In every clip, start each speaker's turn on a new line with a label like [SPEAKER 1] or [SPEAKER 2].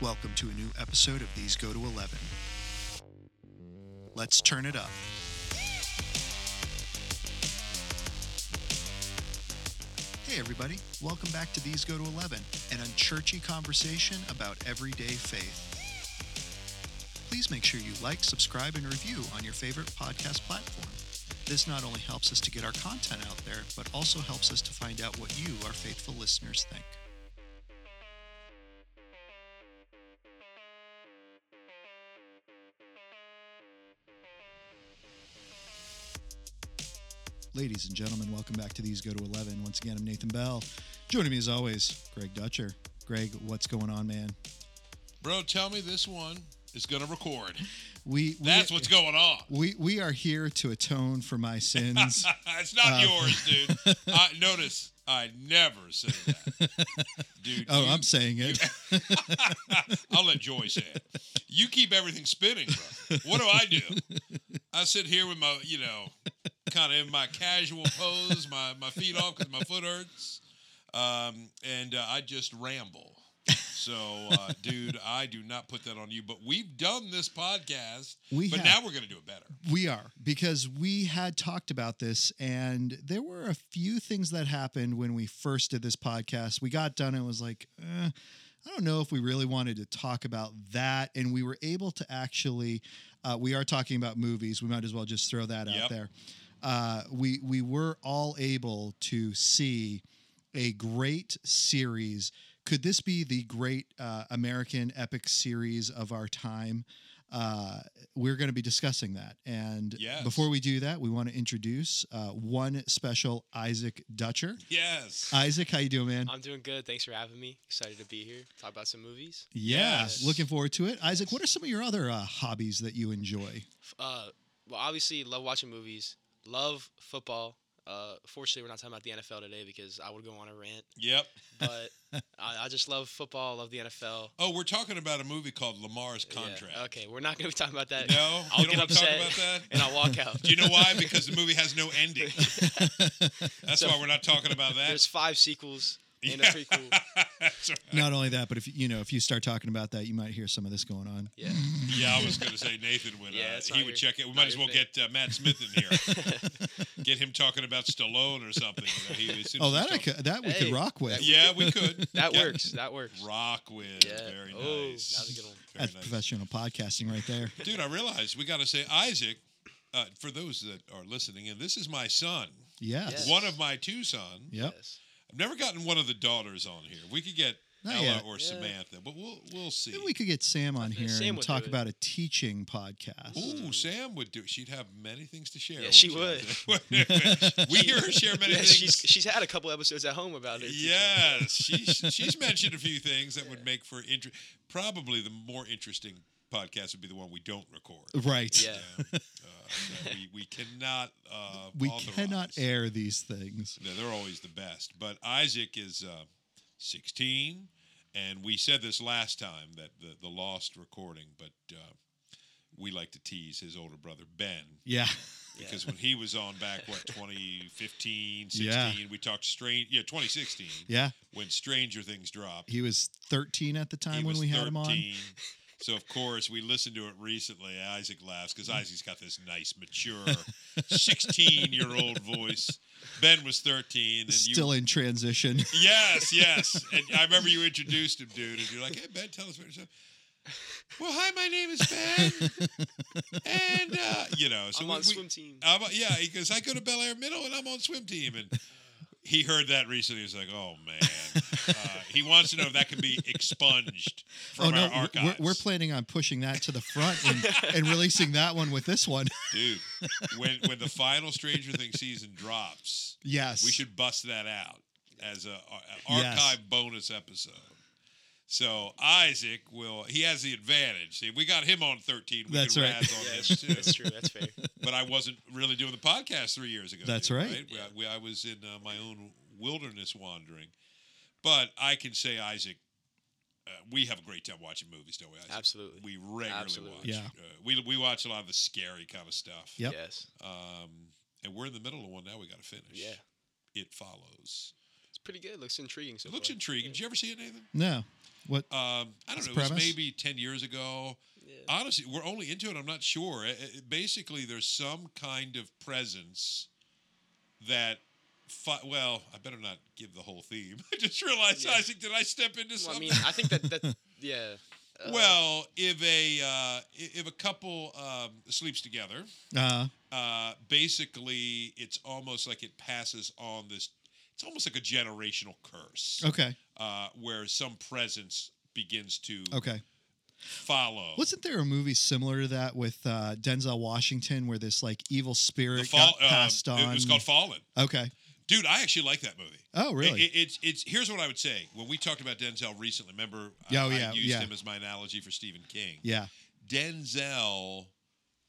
[SPEAKER 1] Welcome to a new episode of These Go to 11. Let's turn it up. Hey, everybody. Welcome back to These Go to 11, an unchurchy conversation about everyday faith. Please make sure you like, subscribe, and review on your favorite podcast platform. This not only helps us to get our content out there, but also helps us to find out what you, our faithful listeners, think. Ladies and gentlemen, welcome back to These Go to 11. Once again, I'm Nathan Bell. Joining me as always, Greg Dutcher. Greg, what's going on, man?
[SPEAKER 2] Bro, tell me this one is going to record.
[SPEAKER 1] We, we
[SPEAKER 2] That's what's going on.
[SPEAKER 1] we we are here to atone for my sins.
[SPEAKER 2] it's not
[SPEAKER 1] Uh,
[SPEAKER 2] yours, dude. I, notice I never say that. Dude,
[SPEAKER 1] oh,
[SPEAKER 2] you-
[SPEAKER 1] I'm saying it.
[SPEAKER 2] I'll let Joy say it. You keep everything spinning, bro. What do I do? I sit here with my, you know, kind of in my casual pose, my, my feet off because my foot hurts, um, and uh, I just ramble. So, uh, dude, I do not put that on you, but we've done this podcast,
[SPEAKER 1] We
[SPEAKER 2] but
[SPEAKER 1] have.
[SPEAKER 2] now we're going to do it better.
[SPEAKER 1] We are because we had talked about this, and there were a few things that happened when we first did this podcast. We got done and was like, eh, I don't know if we really wanted to talk about that, and we were able to actually. Uh, we are talking about movies. We might as well just throw that out
[SPEAKER 2] Yep.
[SPEAKER 1] there. Uh, we we were all able to see a great series. Could this be the great uh, American epic series of our time? Uh, we're going to be discussing that. And
[SPEAKER 2] Yes.
[SPEAKER 1] before we do that, we want to introduce uh, one special Isaac Dutcher.
[SPEAKER 2] Yes.
[SPEAKER 1] Isaac, how you doing,
[SPEAKER 2] Uh,
[SPEAKER 1] man?
[SPEAKER 3] I'm doing good. Thanks for having me. Excited to be here. Talk about some movies.
[SPEAKER 1] yeah,
[SPEAKER 2] Yes.
[SPEAKER 1] looking forward to it. Isaac, what are some of your other uh, hobbies that you enjoy?
[SPEAKER 3] F- Uh, well, obviously, love watching movies. Love football. Uh, fortunately, we're not talking about the NFL today because I would go on a rant.
[SPEAKER 2] Yep.
[SPEAKER 3] But I, I just love football. Love the NFL.
[SPEAKER 2] Oh, we're talking about a movie called Lamar's
[SPEAKER 3] Yeah,
[SPEAKER 2] Contract.
[SPEAKER 3] Okay, we're not gonna be talking about that.
[SPEAKER 2] No,
[SPEAKER 3] I'll
[SPEAKER 2] you don't
[SPEAKER 3] get
[SPEAKER 2] want to talk
[SPEAKER 3] upset
[SPEAKER 2] about that.
[SPEAKER 3] and I'll walk out.
[SPEAKER 2] Do you know why? Because the movie has no ending. That's
[SPEAKER 3] So-
[SPEAKER 2] why we're not talking about that.
[SPEAKER 3] There's five sequels and
[SPEAKER 2] Yeah.
[SPEAKER 3] a prequel.
[SPEAKER 2] That's right.
[SPEAKER 1] Not only that, but if you know if you start talking about that, you might hear some of this going on.
[SPEAKER 3] Yeah.
[SPEAKER 2] Yeah, I was going to say Nathan would.
[SPEAKER 3] Yeah,
[SPEAKER 2] uh,
[SPEAKER 3] it's
[SPEAKER 2] he
[SPEAKER 3] not
[SPEAKER 2] would
[SPEAKER 3] your-
[SPEAKER 2] check it. We
[SPEAKER 3] not
[SPEAKER 2] might as
[SPEAKER 3] your
[SPEAKER 2] well
[SPEAKER 3] thing.
[SPEAKER 2] get uh, Matt Smith in here. get him talking about Stallone or something. You know, he, as soon
[SPEAKER 1] Oh,
[SPEAKER 2] as he
[SPEAKER 1] that I
[SPEAKER 2] starts-
[SPEAKER 1] could, that we could
[SPEAKER 3] Hey,
[SPEAKER 1] rock with.
[SPEAKER 3] that
[SPEAKER 2] Yeah, we could.
[SPEAKER 3] That
[SPEAKER 2] Yeah.
[SPEAKER 3] works. That works.
[SPEAKER 2] Rock with.
[SPEAKER 3] Yeah.
[SPEAKER 2] Very
[SPEAKER 3] Oh,
[SPEAKER 2] nice.
[SPEAKER 3] that was a good one.
[SPEAKER 2] Very
[SPEAKER 1] That's
[SPEAKER 2] nice.
[SPEAKER 1] professional podcasting right there.
[SPEAKER 2] Dude, I realized we got to say Isaac. Uh, for those that are listening, and this is my son,
[SPEAKER 1] Yes.
[SPEAKER 3] Yes.
[SPEAKER 2] one of my two sons.
[SPEAKER 1] Yep.
[SPEAKER 3] Yes.
[SPEAKER 2] I've never gotten one of the daughters on here. We could get
[SPEAKER 1] Not
[SPEAKER 2] Ella
[SPEAKER 1] yet.
[SPEAKER 2] or
[SPEAKER 3] Yeah.
[SPEAKER 2] Samantha, but we'll we'll see.
[SPEAKER 1] Maybe Oh, we could get Sam on
[SPEAKER 3] think
[SPEAKER 1] here
[SPEAKER 3] Sam
[SPEAKER 1] and
[SPEAKER 3] would
[SPEAKER 1] talk
[SPEAKER 3] do it.
[SPEAKER 1] about a teaching podcast.
[SPEAKER 2] Ooh, Sam would do. She'd have many things to share.
[SPEAKER 3] Yeah, she
[SPEAKER 2] wouldn't we hear her share many
[SPEAKER 3] Yeah,
[SPEAKER 2] things.
[SPEAKER 3] she's she's had a couple episodes at home about it.
[SPEAKER 2] yes, she's she's mentioned a few things that would make for inter- probably the more interesting podcast would be the one we don't record.
[SPEAKER 1] Right.
[SPEAKER 3] Yeah.
[SPEAKER 2] Uh, that we, we cannot. Uh,
[SPEAKER 1] We
[SPEAKER 2] authorize.
[SPEAKER 1] cannot air these things.
[SPEAKER 2] No, they're always the best. But Isaac is uh, 16, and we said this last time that the, the lost recording, but uh, we like to tease his older brother Ben
[SPEAKER 1] Yeah.
[SPEAKER 2] because when he was on back what 2015, 16,
[SPEAKER 1] Yeah.
[SPEAKER 2] we talked strange. Yeah, 2016
[SPEAKER 1] Yeah.
[SPEAKER 2] when Stranger Things dropped.
[SPEAKER 1] He was 13 at the time
[SPEAKER 2] he
[SPEAKER 1] when
[SPEAKER 2] was
[SPEAKER 1] we had him on.
[SPEAKER 2] 13. So of course we listened to it recently. and Isaac laughs because
[SPEAKER 1] Mm-hmm.
[SPEAKER 2] Isaac's got this nice, mature, sixteen-year-old voice. Ben was thirteen, and you
[SPEAKER 1] Still in transition.
[SPEAKER 2] Yes, yes. And I remember you introduced him, dude, and you're like, "Hey, Ben, tell us about yourself." Well, hi, my name is Ben, and uh, you know, so
[SPEAKER 3] I'm
[SPEAKER 2] we,
[SPEAKER 3] on
[SPEAKER 2] we-
[SPEAKER 3] swim team.
[SPEAKER 2] I'm, on- yeah, he goes, "I go to Bel Air Middle, and I'm on swim team." And he heard that recently. He's like, "Oh man," uh, he wants to know if that can be expunged from
[SPEAKER 1] oh, no.
[SPEAKER 2] our
[SPEAKER 1] we're- we're,
[SPEAKER 2] archives.
[SPEAKER 1] we're planning on pushing that to the front and, and releasing that one with this one.
[SPEAKER 2] dude. When when the final Stranger Things season drops,
[SPEAKER 1] Yes.
[SPEAKER 2] We should bust that out as a, a
[SPEAKER 1] Yes.
[SPEAKER 2] archive bonus episode. So Isaac will he has the advantage. See, we got him on thirteen. We
[SPEAKER 1] That's
[SPEAKER 2] can
[SPEAKER 1] right.
[SPEAKER 2] razz on
[SPEAKER 3] Yeah,
[SPEAKER 2] him
[SPEAKER 3] that's, that's
[SPEAKER 2] too.
[SPEAKER 3] true. That's fair.
[SPEAKER 2] But I wasn't really doing the podcast three years ago.
[SPEAKER 1] That's
[SPEAKER 2] dude,
[SPEAKER 1] right.
[SPEAKER 2] We- we- I was in uh, my own wilderness wandering. But I can say Isaac, uh, we have a great time watching movies, don't we? Isaac?
[SPEAKER 3] Absolutely.
[SPEAKER 2] We regularly
[SPEAKER 3] Absolutely.
[SPEAKER 2] watch.
[SPEAKER 1] Yeah.
[SPEAKER 2] Uh, we we watch a lot of the scary kind of stuff.
[SPEAKER 1] Yep.
[SPEAKER 3] Yes.
[SPEAKER 2] Um, and we're in the middle of one now. We got to finish.
[SPEAKER 3] Yeah.
[SPEAKER 2] It follows.
[SPEAKER 3] It's pretty good. Looks intriguing. So
[SPEAKER 2] It looks
[SPEAKER 3] far.
[SPEAKER 2] intriguing. Did you ever see it, Nathan?
[SPEAKER 1] No. What?
[SPEAKER 2] Um, I don't
[SPEAKER 1] It's
[SPEAKER 2] know. It was
[SPEAKER 1] premise?
[SPEAKER 2] maybe ten years ago.
[SPEAKER 3] Yeah.
[SPEAKER 2] Honestly, we're only into it. I'm not sure. It- it- basically, there's some kind of presence that. Fi- well, I better not give the whole theme. I just realized,
[SPEAKER 3] Yeah.
[SPEAKER 2] Isaac, did I step into
[SPEAKER 3] Well, I
[SPEAKER 2] something?
[SPEAKER 3] mean, I think that that yeah. Uh,
[SPEAKER 2] well, if a uh, i- if a couple um, sleeps together,
[SPEAKER 1] Uh,
[SPEAKER 2] uh, basically, it's almost like it passes on this. It's almost like a generational curse,
[SPEAKER 1] okay.
[SPEAKER 2] uh, where some presence begins to
[SPEAKER 1] Okay.
[SPEAKER 2] follow.
[SPEAKER 1] Wasn't there a movie similar to that with uh, Denzel Washington where this like evil
[SPEAKER 2] the
[SPEAKER 1] spirit
[SPEAKER 2] fall?
[SPEAKER 1] got passed
[SPEAKER 2] uh,
[SPEAKER 1] on?
[SPEAKER 2] It was called Fallen.
[SPEAKER 1] okay.
[SPEAKER 2] Dude, I actually like that movie.
[SPEAKER 1] Oh, really?
[SPEAKER 2] It- it- it's it's here's what I would say. When we talked about Denzel recently, remember I-
[SPEAKER 1] Yeah, oh,
[SPEAKER 2] I,
[SPEAKER 1] yeah,
[SPEAKER 2] used
[SPEAKER 1] yeah.
[SPEAKER 2] him as my analogy for Stephen King.
[SPEAKER 1] yeah.
[SPEAKER 2] Denzel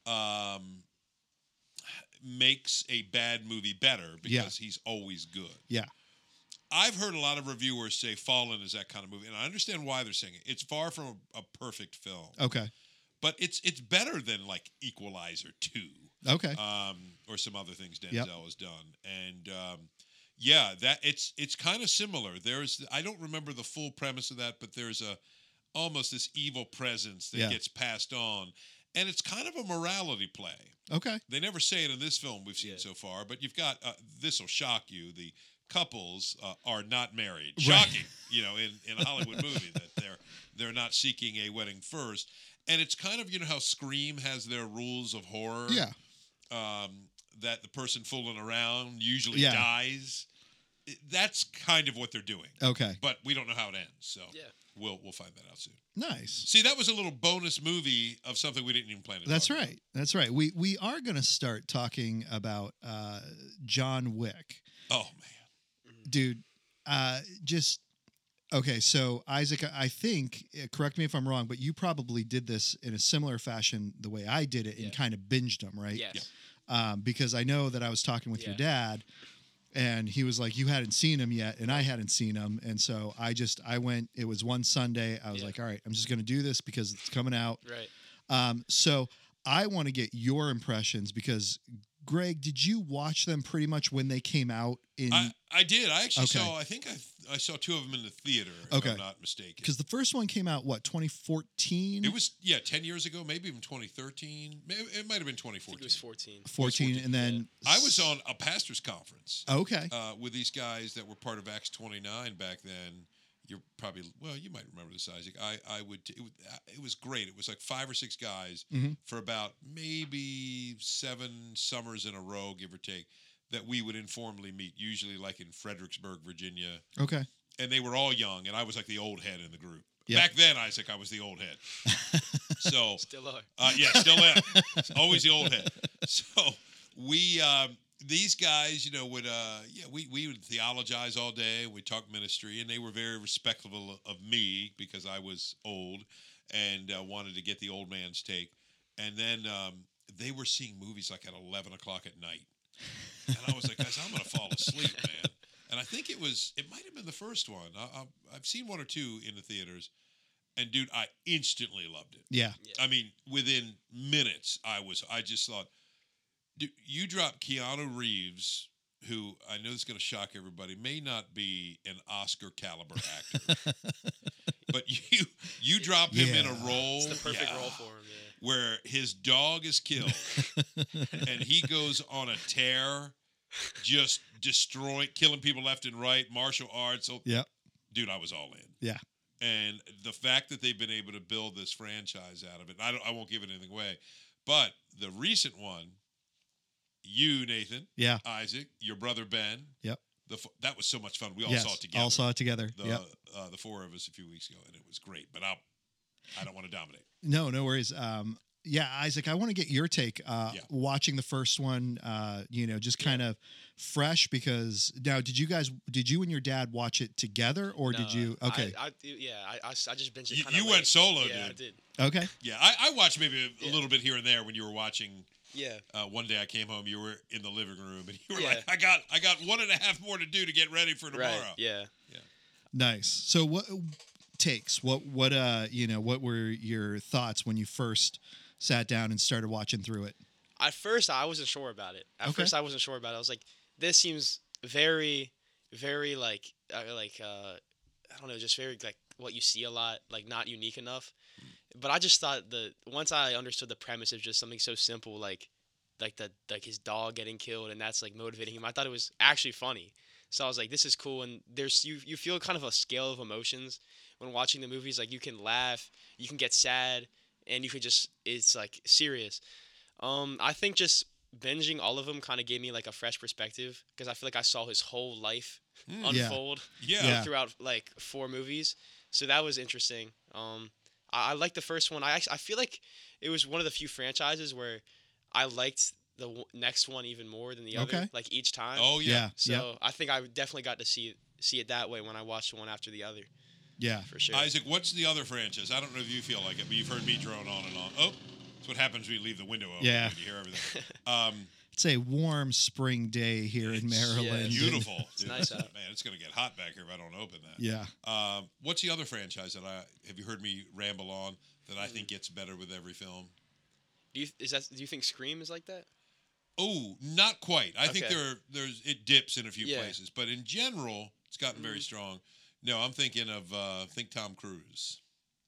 [SPEAKER 2] um, makes a bad movie better
[SPEAKER 1] Yeah.
[SPEAKER 2] because he's always good.
[SPEAKER 1] Yeah.
[SPEAKER 2] I've heard a lot of reviewers say Fallen is that kind of movie, and I understand why they're saying it. It's far from a, a perfect film,
[SPEAKER 1] Okay.
[SPEAKER 2] but it's it's better than like Equalizer two
[SPEAKER 1] Okay.
[SPEAKER 2] um, or some other things Denzel
[SPEAKER 1] Yep.
[SPEAKER 2] has done, and um, yeah, that it's it's kind of similar. There's I don't remember the full premise of that, but there's a almost this evil presence that
[SPEAKER 1] Yeah.
[SPEAKER 2] gets passed on, and it's kind of a morality play.
[SPEAKER 1] okay.
[SPEAKER 2] They never say it in this film we've seen
[SPEAKER 3] Yeah.
[SPEAKER 2] so far, but you've got uh, this will shock you. The couples uh, are not married.
[SPEAKER 1] Right.
[SPEAKER 2] Shocking, you know, in in a Hollywood movie that they're they're not seeking a wedding first. And it's kind of you know how Scream has their rules of horror
[SPEAKER 1] Yeah.
[SPEAKER 2] um, that the person fooling around usually
[SPEAKER 1] Yeah.
[SPEAKER 2] dies. I- That's kind of what they're doing,
[SPEAKER 1] Okay.
[SPEAKER 2] but we don't know how it ends. So
[SPEAKER 3] Yeah.
[SPEAKER 2] we'll we'll find that out soon.
[SPEAKER 1] Nice.
[SPEAKER 2] See, that was a little bonus movie of something we didn't even plan to.
[SPEAKER 1] That's
[SPEAKER 2] talk about.
[SPEAKER 1] right. That's right. We we are going to start talking about uh, John Wick,
[SPEAKER 2] Oh man,
[SPEAKER 1] dude. Uh, just okay. So Isaac, I think uh, correct me if I'm wrong, but you probably did this in a similar fashion the way I did it
[SPEAKER 3] Yeah.
[SPEAKER 1] and kind of binged them, right?
[SPEAKER 3] Yes.
[SPEAKER 1] Um, because I know that I was talking with your dad, and he was like, "You hadn't seen him yet," and I hadn't seen him, and so I just I went. It was one Sunday. I was
[SPEAKER 3] Yeah.
[SPEAKER 1] like, "All right, I'm just going to do this because it's coming out."
[SPEAKER 3] Right.
[SPEAKER 1] Um, so I want to get your impressions because Greg, did you watch them pretty much when they came out in
[SPEAKER 2] I, I did. I actually
[SPEAKER 1] Okay.
[SPEAKER 2] saw. I think I I saw two of them in the theater.
[SPEAKER 1] Okay.
[SPEAKER 2] if I'm not mistaken.
[SPEAKER 1] because the first one came out what 2014
[SPEAKER 2] It was yeah, ten years ago, maybe even 2013. May- It might have been
[SPEAKER 3] I think
[SPEAKER 2] 2014.
[SPEAKER 3] it was 14.
[SPEAKER 1] 14 and then
[SPEAKER 2] I was on a pastors' conference.
[SPEAKER 1] okay
[SPEAKER 2] uh, with these guys that were part of Acts 29 back then. You're probably well. You might remember this, Isaac. I I would. It, was- it was great. It was like five or six guys
[SPEAKER 1] Mhm.
[SPEAKER 2] for about maybe seven summers in a row, give or take, that we would informally meet, usually like in Fredericksburg, Virginia,
[SPEAKER 1] okay
[SPEAKER 2] and they were all young, and I was like the old head in the group.
[SPEAKER 1] Yeah.
[SPEAKER 2] Back then, Isaac, I was the old head. so
[SPEAKER 3] Still are.
[SPEAKER 2] uh, yeah, still am. Always the old head. So we um, these guys, you know, would uh, yeah, we we would theologize all day. We talk ministry, and they were very respectful of me because I was old and uh, wanted to get the old man's take. And then um, they were seeing movies like at eleven o'clock at night, and I was like, guys, I'm gonna fall asleep, man. And I think it was it might have been the first one. I, I, I've seen one or two in the theaters, and dude, I instantly loved it.
[SPEAKER 1] yeah
[SPEAKER 2] I mean, within minutes, I was. I just thought, dude, you drop Keanu Reeves, who I know is going to shock everybody, may not be an Oscar caliber actor, but you you drop him in
[SPEAKER 1] Yeah.
[SPEAKER 2] a role
[SPEAKER 3] It's the perfect
[SPEAKER 2] Oh, yeah,
[SPEAKER 3] role for him. Yeah.
[SPEAKER 2] where his dog is killed, and he goes on a tear, just destroying, killing people left and right, martial arts. So,
[SPEAKER 1] Yep.
[SPEAKER 2] dude, I was all in.
[SPEAKER 1] Yeah.
[SPEAKER 2] And the fact that they've been able to build this franchise out of it, I don't, I won't give it anything away, but the recent one, you Nathan,
[SPEAKER 1] yeah
[SPEAKER 2] Isaac, your brother Ben,
[SPEAKER 1] Yep.
[SPEAKER 2] the f- that was so much fun. We all
[SPEAKER 1] yes
[SPEAKER 2] saw it together.
[SPEAKER 1] all saw it together
[SPEAKER 2] the
[SPEAKER 1] yep
[SPEAKER 2] uh, the four of us a few weeks ago, and it was great. But I, I don't want to dominate.
[SPEAKER 1] no no worries um yeah Isaac I want to get your take uh
[SPEAKER 2] Yeah.
[SPEAKER 1] watching the first one uh you know just kind of fresh because now did you guys did you and your dad watch it together or did
[SPEAKER 3] No,
[SPEAKER 1] you
[SPEAKER 3] I-
[SPEAKER 1] okay
[SPEAKER 3] I, yeah, I, I, s- I just benched it.
[SPEAKER 2] You,
[SPEAKER 3] kinda
[SPEAKER 2] you went
[SPEAKER 3] late.
[SPEAKER 2] solo,
[SPEAKER 3] yeah, I
[SPEAKER 2] dude.
[SPEAKER 3] did.
[SPEAKER 1] okay
[SPEAKER 2] Yeah, I, I watched maybe a, a
[SPEAKER 3] Yeah.
[SPEAKER 2] little bit here and there when you were watching.
[SPEAKER 3] Yeah.
[SPEAKER 2] Uh, one day I came home, you were in the living room, and you were
[SPEAKER 3] Yeah.
[SPEAKER 2] like, "I got, I got one and a half more to do to get ready for tomorrow."
[SPEAKER 3] Right. Yeah.
[SPEAKER 1] Nice. So what takes? What what uh you know what were your thoughts when you first sat down and started watching through it?
[SPEAKER 3] At first, I wasn't sure about it. At
[SPEAKER 1] Okay.
[SPEAKER 3] first, I wasn't sure about it. I was like, this seems very very like uh, like uh, I don't know, just very like what you see a lot, like not unique enough. But I just thought the once I understood the premise of just something so simple like like the like his dog getting killed and that's like motivating him. I thought it was actually funny. So I was like, this is cool and there's you you feel kind of a scale of emotions when watching the movies. Like you can laugh, you can get sad, and you can just it's like serious. Um, I think just binging all of them kind of gave me like a fresh perspective because I feel like I saw his whole life
[SPEAKER 2] Mm.
[SPEAKER 1] Yeah.
[SPEAKER 3] unfold
[SPEAKER 2] Yeah.
[SPEAKER 1] Yeah.
[SPEAKER 3] throughout like four movies. So that was interesting. Um, I, I like the first one. I actually, I feel like it was one of the few franchises where I liked the w- next one even more than the other.
[SPEAKER 1] Okay.
[SPEAKER 3] Like each time.
[SPEAKER 2] Oh yeah.
[SPEAKER 1] yeah,
[SPEAKER 3] So I think I definitely got to see see it that way when I watched one after the other
[SPEAKER 1] yeah,
[SPEAKER 3] for sure.
[SPEAKER 2] Isaac, what's the other franchise? I don't know if you feel like it, but you've heard me drone on and on. Oh, that's what happens when you leave the window open.
[SPEAKER 1] Yeah.
[SPEAKER 2] when You hear everything. Um,
[SPEAKER 1] It's a warm spring day here in
[SPEAKER 2] It's
[SPEAKER 1] Maryland. and-
[SPEAKER 2] beautiful. dude.
[SPEAKER 3] nice out.
[SPEAKER 2] Man, it's gonna get hot back here if I don't open that.
[SPEAKER 1] Yeah.
[SPEAKER 2] Um, what's the other franchise that I have you heard me ramble on that I think gets better with every film?
[SPEAKER 3] do you is that do you think Scream is like that?
[SPEAKER 2] Oh, not quite. I think
[SPEAKER 3] Okay.
[SPEAKER 2] there there's it dips in a few
[SPEAKER 3] Yeah.
[SPEAKER 2] places, but in general, it's gotten very
[SPEAKER 3] Mhm.
[SPEAKER 2] strong. No, I'm thinking of uh, think Tom Cruise.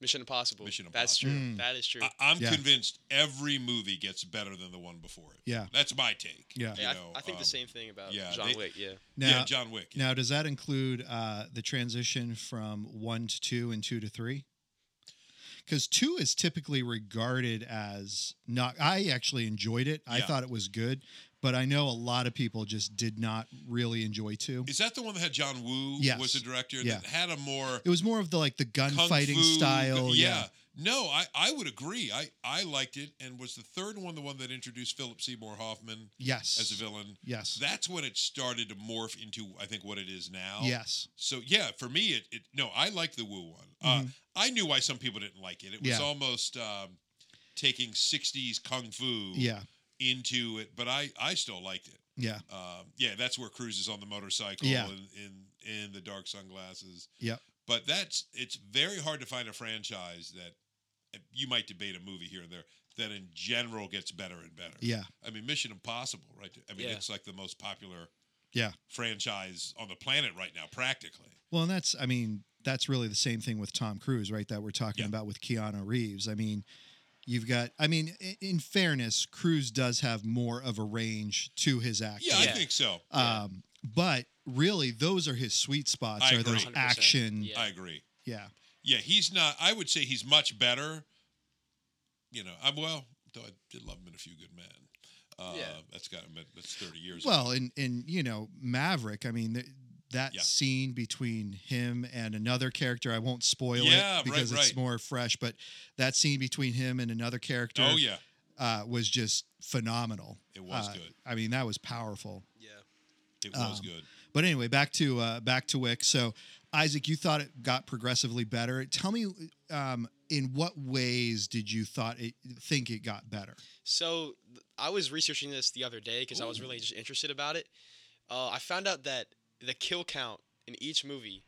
[SPEAKER 3] Mission Impossible.
[SPEAKER 2] Mission
[SPEAKER 3] That's true.
[SPEAKER 1] Impossible. Mm.
[SPEAKER 3] That is true.
[SPEAKER 2] I, I'm
[SPEAKER 1] Yeah.
[SPEAKER 2] convinced every movie gets better than the one before it.
[SPEAKER 1] Yeah.
[SPEAKER 2] That's my take.
[SPEAKER 1] Yeah.
[SPEAKER 3] Yeah, I,
[SPEAKER 2] you know,
[SPEAKER 3] I think
[SPEAKER 2] um,
[SPEAKER 3] the same thing about
[SPEAKER 2] yeah,
[SPEAKER 3] John
[SPEAKER 2] they-
[SPEAKER 3] Wick. Yeah.
[SPEAKER 1] Now,
[SPEAKER 2] yeah, John Wick.
[SPEAKER 1] now, does that include uh, the transition from one to two and two to three? Because two is typically regarded as not. I actually enjoyed it. I
[SPEAKER 2] Yeah.
[SPEAKER 1] thought it was good, but I know a lot of people just did not really enjoy two.
[SPEAKER 2] Is that the one that had John Woo
[SPEAKER 1] Yes.
[SPEAKER 2] was the director
[SPEAKER 1] Yeah.
[SPEAKER 2] that had a more
[SPEAKER 1] It was more of the like the
[SPEAKER 2] kung
[SPEAKER 1] gunfighting
[SPEAKER 2] fu-
[SPEAKER 1] style.
[SPEAKER 2] Yeah. No, I, I would agree. I, I liked it and was the third one the one that introduced Philip Seymour Hoffman
[SPEAKER 1] Yes.
[SPEAKER 2] as a villain.
[SPEAKER 1] Yes.
[SPEAKER 2] That's when it started to morph into I think what it is now.
[SPEAKER 1] yes.
[SPEAKER 2] So yeah, for me it, it no, I like the Woo one. Uh, I knew why some people didn't like it. It was
[SPEAKER 1] Mm-hmm. Yeah.
[SPEAKER 2] almost um, taking 60s kung fu
[SPEAKER 1] Yeah.
[SPEAKER 2] into it, but I I still liked it.
[SPEAKER 1] Yeah.
[SPEAKER 2] Um, yeah, that's where Cruz is on the motorcycle
[SPEAKER 1] Yeah.
[SPEAKER 2] and in in the dark sunglasses.
[SPEAKER 1] Yep.
[SPEAKER 2] But that's it's very hard to find a franchise that you might debate a movie here and there that in general gets better and better.
[SPEAKER 1] Yeah.
[SPEAKER 2] I mean Mission Impossible, right? I mean
[SPEAKER 3] Yeah.
[SPEAKER 2] it's like the most popular
[SPEAKER 1] Yeah.
[SPEAKER 2] franchise on the planet right now, practically.
[SPEAKER 1] Well, and that's, I mean, that's really the same thing with Tom Cruise, right? That we're talking
[SPEAKER 2] Yeah.
[SPEAKER 1] about with Keanu Reeves. I mean, you've got, I mean, i- in fairness, Cruise does have more of a range to his acting.
[SPEAKER 2] Yeah, I
[SPEAKER 3] Yeah.
[SPEAKER 2] think so.
[SPEAKER 3] yeah.
[SPEAKER 1] Um, but really, those are his sweet spots,
[SPEAKER 2] I
[SPEAKER 1] are
[SPEAKER 2] agree.
[SPEAKER 1] those
[SPEAKER 3] 100%.
[SPEAKER 1] action. Yeah.
[SPEAKER 3] Yeah.
[SPEAKER 2] I agree. Yeah, he's not. I would say he's much better. You know, I'm well. Though I did love him in a few good men. Uh,
[SPEAKER 3] Yeah.
[SPEAKER 2] that's got him. That's thirty years.
[SPEAKER 1] Well, and, and, you know, Maverick, I mean, th- that
[SPEAKER 2] Yeah.
[SPEAKER 1] scene between him and another character, I won't spoil
[SPEAKER 2] Yeah,
[SPEAKER 1] it
[SPEAKER 2] right,
[SPEAKER 1] because it's
[SPEAKER 2] right.
[SPEAKER 1] more fresh, but that scene between him and another character
[SPEAKER 2] oh yeah,
[SPEAKER 1] uh, was just phenomenal.
[SPEAKER 2] it was
[SPEAKER 1] Uh,
[SPEAKER 2] good.
[SPEAKER 1] I mean, that was powerful.
[SPEAKER 3] Yeah.
[SPEAKER 2] It was
[SPEAKER 1] um,
[SPEAKER 2] good.
[SPEAKER 1] But anyway, back to uh, back to Wick. So, Isaac, you thought it got progressively better. Tell me, um, in what ways did you thought it think it got better?
[SPEAKER 3] So th- I was researching this the other day because I was
[SPEAKER 2] Ooh.
[SPEAKER 3] really just interested about it. Uh, I found out that the kill count in each movie